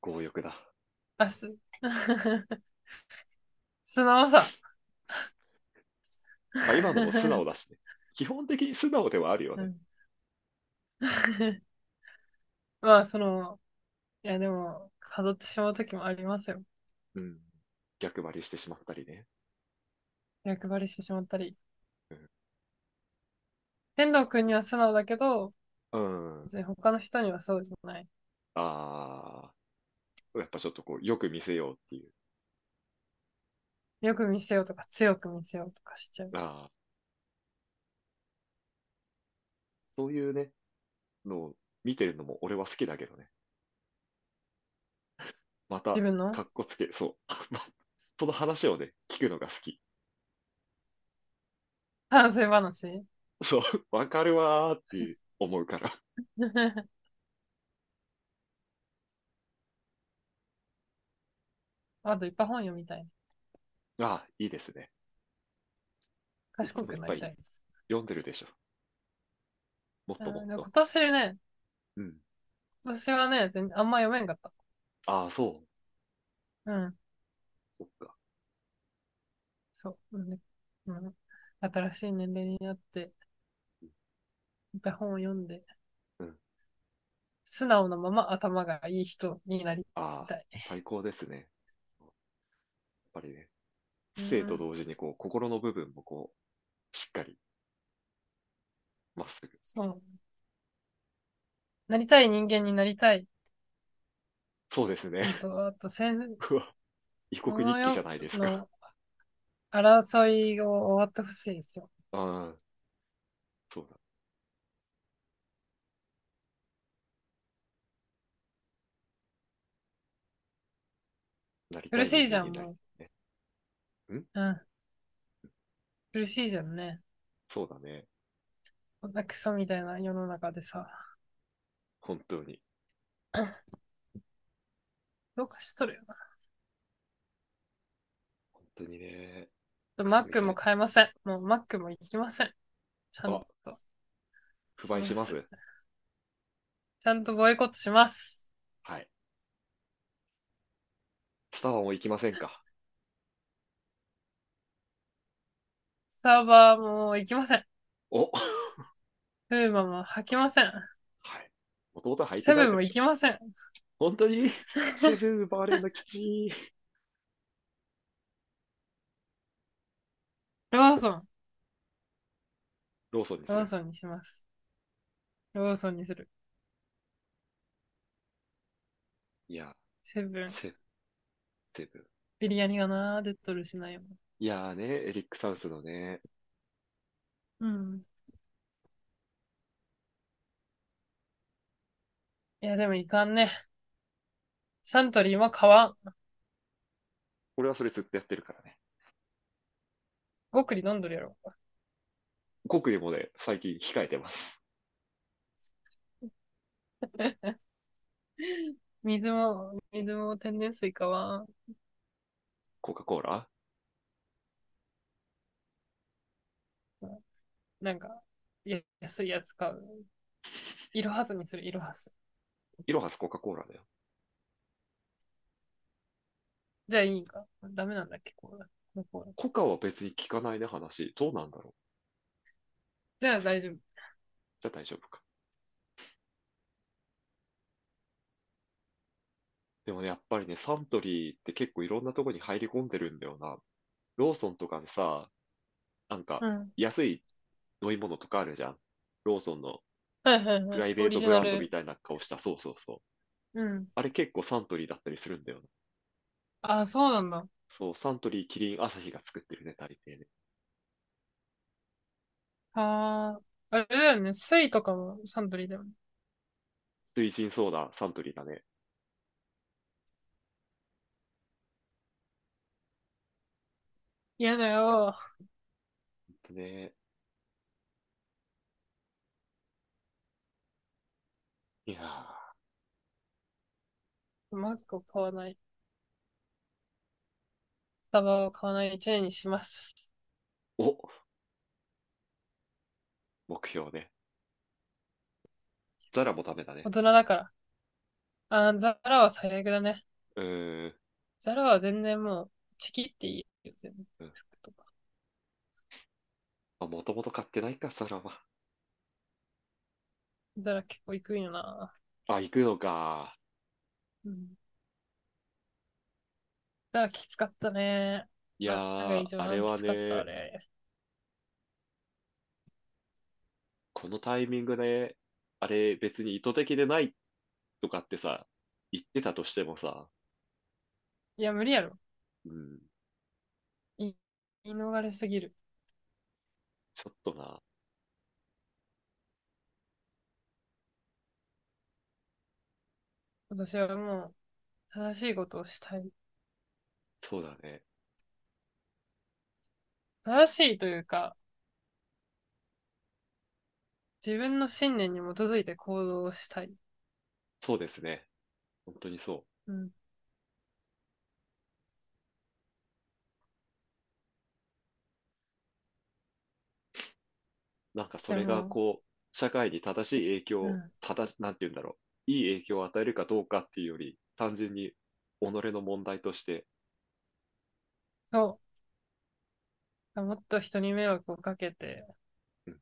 Speaker 2: 強欲だ。
Speaker 1: あ、す、 素直さ。
Speaker 2: まあ、今のも素直だし ね。基本的に素直ではあるよ
Speaker 1: う
Speaker 2: ね。
Speaker 1: ん まあ、その、いや、でも、飾ってしまうときもありますよ。
Speaker 2: うん。逆張りしてしまったりね。
Speaker 1: 逆張りしてしまったり
Speaker 2: うん。
Speaker 1: 天童君には素直だけど、
Speaker 2: うん。
Speaker 1: 別に他の人にはそうじゃない。
Speaker 2: ああ。やっぱちょっとこう、よく見せようっていう。
Speaker 1: よく見せようとか、強く見せようとかしちゃう。
Speaker 2: ああ。そういうね、のを見てるのも俺は好きだけどね。 また
Speaker 1: 自。分の
Speaker 2: かっこつけ、そう。 その話をね、聞くのが好き。
Speaker 1: 反省話
Speaker 2: そう、わかるわーっていう思うから。
Speaker 1: あといっぱい本読みたい。
Speaker 2: ああ、いいですね。
Speaker 1: 賢くなりたいです。
Speaker 2: 読んでるでしょ。もっ
Speaker 1: あ
Speaker 2: と
Speaker 1: ーで
Speaker 2: もっ
Speaker 1: も今
Speaker 2: と。
Speaker 1: 年ね、
Speaker 2: うん。
Speaker 1: 今年はね、全あんま読めんかっ
Speaker 2: ああ、そう。
Speaker 1: た。うん、
Speaker 2: そっか。
Speaker 1: そう。うんうん、新しい年齢になって、いっぱい本を読んで、
Speaker 2: うん
Speaker 1: 素直なまま頭がいい人になり
Speaker 2: あ
Speaker 1: た
Speaker 2: あ、
Speaker 1: い。
Speaker 2: 最高ですね。やっぱりね、知性と同時にこう、心の部分もこう、しっかり、まっすぐ。
Speaker 1: そう。なりたい人間になりたい。
Speaker 2: そうですね。
Speaker 1: あと、あと、戦
Speaker 2: うわ異国日記じゃないですか。
Speaker 1: の争いを終わってほしいですよ。
Speaker 2: うん。そうだ。なりた
Speaker 1: 苦しいじ
Speaker 2: 人
Speaker 1: ゃ
Speaker 2: 間
Speaker 1: ん、
Speaker 2: になり
Speaker 1: もう。
Speaker 2: ん
Speaker 1: うん。苦しいじゃんね。
Speaker 2: そうだね。
Speaker 1: こんなクソみたいな世の中でさ。
Speaker 2: 本当に。
Speaker 1: どうかしとるよな。
Speaker 2: 本当にね。
Speaker 1: でもマックも買えません。もうマックも行きません。ちゃんと。
Speaker 2: 不買しま
Speaker 1: し
Speaker 2: す。
Speaker 1: ちゃんとボイコットします。
Speaker 2: はい。スタバも行きませんか。
Speaker 1: スタバも行きません。
Speaker 2: おは
Speaker 1: フーマも履きません。
Speaker 2: い。もともと入って
Speaker 1: セ
Speaker 2: ない
Speaker 1: ブンも行きません。
Speaker 2: 本 当にセブンバーレンの基地。
Speaker 1: ローソン、
Speaker 2: ローソンにす
Speaker 1: ロー
Speaker 2: る。
Speaker 1: ソンにします。ローソンにする。
Speaker 2: いや、
Speaker 1: セブン、
Speaker 2: セブン。セブン。
Speaker 1: ビリヤニがなー出とるしないもん。
Speaker 2: いやーね、エリックサウスのね、
Speaker 1: うん。いや、でもいかんね。サントリーも買わん。
Speaker 2: 俺はそれずっとやってるからね。
Speaker 1: ごくり飲んどるやろ。
Speaker 2: 国でもね、最近控えてます。
Speaker 1: 水も、水も天然水買わん。
Speaker 2: コカ・コーラ
Speaker 1: なんか、や安いやつ買う。いろはすにする、いろはす。
Speaker 2: イロハスコカ・コーラだよ。
Speaker 1: じゃあいいんか。ダメなんだっけ、コーラ。コーラ
Speaker 2: コカは別に聞かないね、話。どうなんだろう。
Speaker 1: じゃあ大丈夫。
Speaker 2: じゃあ大丈夫か。でもね、やっぱりね、サントリーって結構いろんなとこに入り込んでるんだよな。ローソンとかでさ、なんか
Speaker 1: うん。
Speaker 2: 安い飲み物とかあるじゃん。ローソンの
Speaker 1: はいはいはい。
Speaker 2: プライベ
Speaker 1: オ
Speaker 2: ー
Speaker 1: リ
Speaker 2: ト
Speaker 1: ジ
Speaker 2: ブラ
Speaker 1: ナ
Speaker 2: ンド
Speaker 1: ル
Speaker 2: みたいな顔した。そうそうそう。
Speaker 1: うん。
Speaker 2: あれ結構サントリーだったりするんだよな。
Speaker 1: あ、そうなんだ。
Speaker 2: そう、サントリー、キリン、アサヒが作ってるね、大抵ね。
Speaker 1: ああ、あれだよね。水とかもサントリーだよね。
Speaker 2: 水人ソーダ、サントリーだね。
Speaker 1: 嫌だよ。
Speaker 2: ほんとね。いやー、
Speaker 1: マックを買わない。スタバを買わない一年にします。
Speaker 2: お目標ね。ザラもダメだね
Speaker 1: 大。人だから。あー、ザラは最悪だね。
Speaker 2: うーん。
Speaker 1: ザラは全然もう、チキっていいよ、全
Speaker 2: う
Speaker 1: 部
Speaker 2: ん。
Speaker 1: 服とか。
Speaker 2: あ、もともと買ってないか、ザラは。
Speaker 1: ザラ結構行くんよな。
Speaker 2: あ、行くのか。
Speaker 1: うん。ザラきつかったね。
Speaker 2: いや
Speaker 1: なんか
Speaker 2: ー
Speaker 1: 一、
Speaker 2: あ
Speaker 1: 番
Speaker 2: れは
Speaker 1: きつかった、あ
Speaker 2: ね、
Speaker 1: れ。
Speaker 2: このタイミングで、あれ別に意図的でないとかってさ、言ってたとしてもさ、
Speaker 1: いや、無理やろ。
Speaker 2: うん、
Speaker 1: 言い逃れすぎる。
Speaker 2: ちょっとな、
Speaker 1: 私はもう、正しいことをしたい。
Speaker 2: そうだね。
Speaker 1: 正しいというか、自分の信念に基づいて行動をしたい。
Speaker 2: そうですね。本当にそ
Speaker 1: うん。
Speaker 2: う。なんかそれが
Speaker 1: でも
Speaker 2: こう、社会に正しい影響
Speaker 1: う
Speaker 2: を
Speaker 1: ん、
Speaker 2: 正し、なんて言うんだろう。いい影響を与えるかどうかっていうより、単純に己の問題として、
Speaker 1: そう。もっと人に迷惑をかけて
Speaker 2: うん、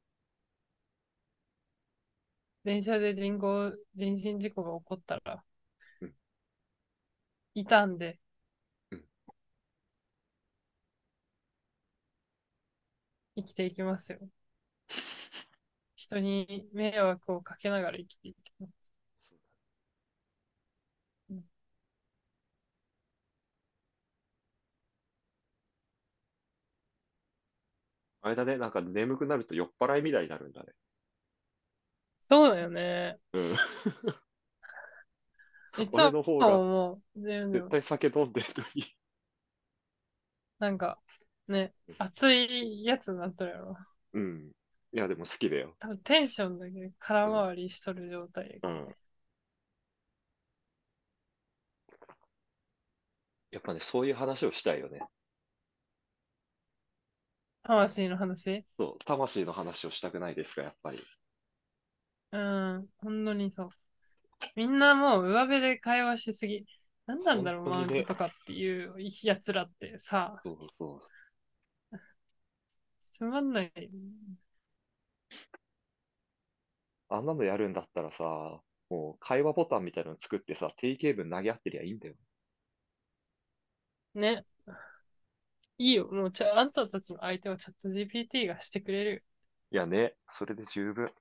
Speaker 1: 電車で人工、人身事故が起こったら
Speaker 2: うん、
Speaker 1: 傷んで
Speaker 2: うん、
Speaker 1: 生きていきますよ。人に迷惑をかけながら生きていきます。
Speaker 2: あれだね、なんか眠くなると酔っ払いみたいになるんだね。
Speaker 1: そうだよ ね。
Speaker 2: うん。
Speaker 1: いつ
Speaker 2: 俺の方
Speaker 1: も
Speaker 2: が
Speaker 1: もう、でも
Speaker 2: 絶対酒飲んでるのに。
Speaker 1: なんか、ね、熱いやつになっとるやろ。
Speaker 2: うん。いや、でも好きだよ。
Speaker 1: 多分テンションだけで空回りしとる状態やけ
Speaker 2: う
Speaker 1: ど
Speaker 2: ん。やっぱね、そういう話をしたいよね。
Speaker 1: 魂の話
Speaker 2: そう、魂の話をしたくないですか、やっぱり。
Speaker 1: うん、本当にそう。みんなもう上辺で会話しすぎ。なんなんだろう、マウ
Speaker 2: 本
Speaker 1: ン
Speaker 2: 当にね
Speaker 1: トとかっていうやつらってさ、
Speaker 2: そうそう。
Speaker 1: つまんない。
Speaker 2: あんなのやるんだったらさ、もう会話ボタンみたいなの作ってさ、定型文投げ合ってりゃいいんだよ。
Speaker 1: ね。いいよ、もうちゃあんたたちの相手をチャット GPT がしてくれるよ。
Speaker 2: いやね、それで十分。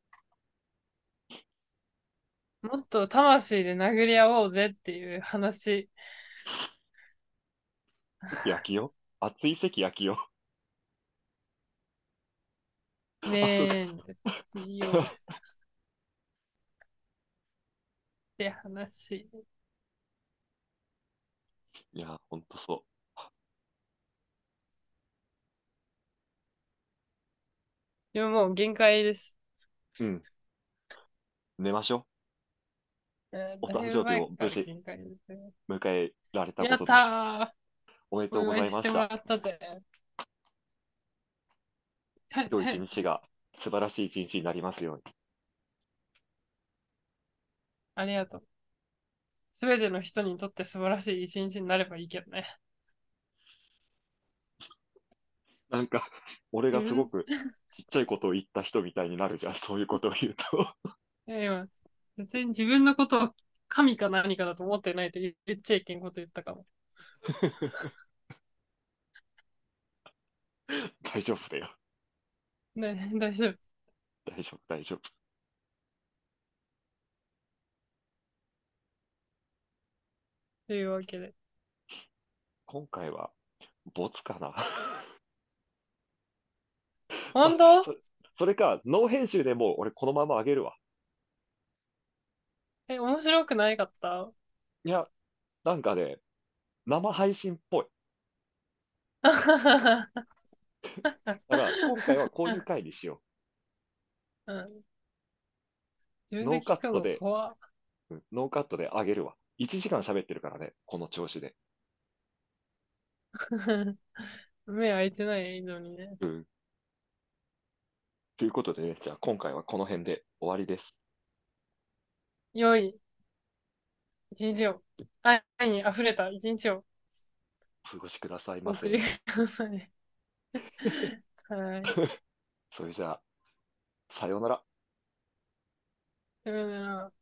Speaker 1: もっと魂で殴り合おうぜっていう話。
Speaker 2: 焼きよ。熱い席焼きよ。
Speaker 1: ねえ、いいよ。って話。
Speaker 2: いや、ほんとそう。
Speaker 1: でももう限界です。
Speaker 2: うん。寝ましょ
Speaker 1: え
Speaker 2: お
Speaker 1: ーだいぶ前から限界ですよ
Speaker 2: う。迎えられた
Speaker 1: や
Speaker 2: こ
Speaker 1: った
Speaker 2: とです。
Speaker 1: ー
Speaker 2: おめでとうご
Speaker 1: お
Speaker 2: ざ
Speaker 1: 祝
Speaker 2: いま
Speaker 1: して
Speaker 2: し
Speaker 1: も
Speaker 2: た。
Speaker 1: らったぜ。はい
Speaker 2: 今
Speaker 1: は
Speaker 2: 日一
Speaker 1: い。
Speaker 2: 日が素晴らしい一日になりますように。
Speaker 1: ありがとう。すべての人にとって素晴らしい一日になればいいけどね。
Speaker 2: なんか、俺がすごくちっちゃいことを言った人みたいになるじゃん。そういうことを言うと。
Speaker 1: いや今、絶対に自分のことを神か何かだと思ってないと言っちゃいけんこと言ったかも。
Speaker 2: 大丈夫だよ。
Speaker 1: ね、大丈夫。
Speaker 2: 大丈夫、大丈夫。
Speaker 1: というわけで。
Speaker 2: 今回は、ボツかな。
Speaker 1: 本当
Speaker 2: そそれか、ノー編集でもう俺このまま上げるわ。
Speaker 1: え、面白くないかった
Speaker 2: いや、なんかね、生配信っぽい。だから、今回はこういう回にしよ
Speaker 1: うん自分で聞く
Speaker 2: ノーカット
Speaker 1: の
Speaker 2: で
Speaker 1: 怖っ
Speaker 2: う。うんノーカットで上げるわ。1時間喋ってるからね、この調子で。
Speaker 1: 目開いてないのにね。
Speaker 2: うん。ということでね、じゃあ今回はこの辺で終わりです。
Speaker 1: 良い一日を、愛に溢れた一日を
Speaker 2: お過ごしください
Speaker 1: お
Speaker 2: ま
Speaker 1: 送
Speaker 2: せ。
Speaker 1: りください。 はい。
Speaker 2: それじゃあ、さようなら。
Speaker 1: さようなら。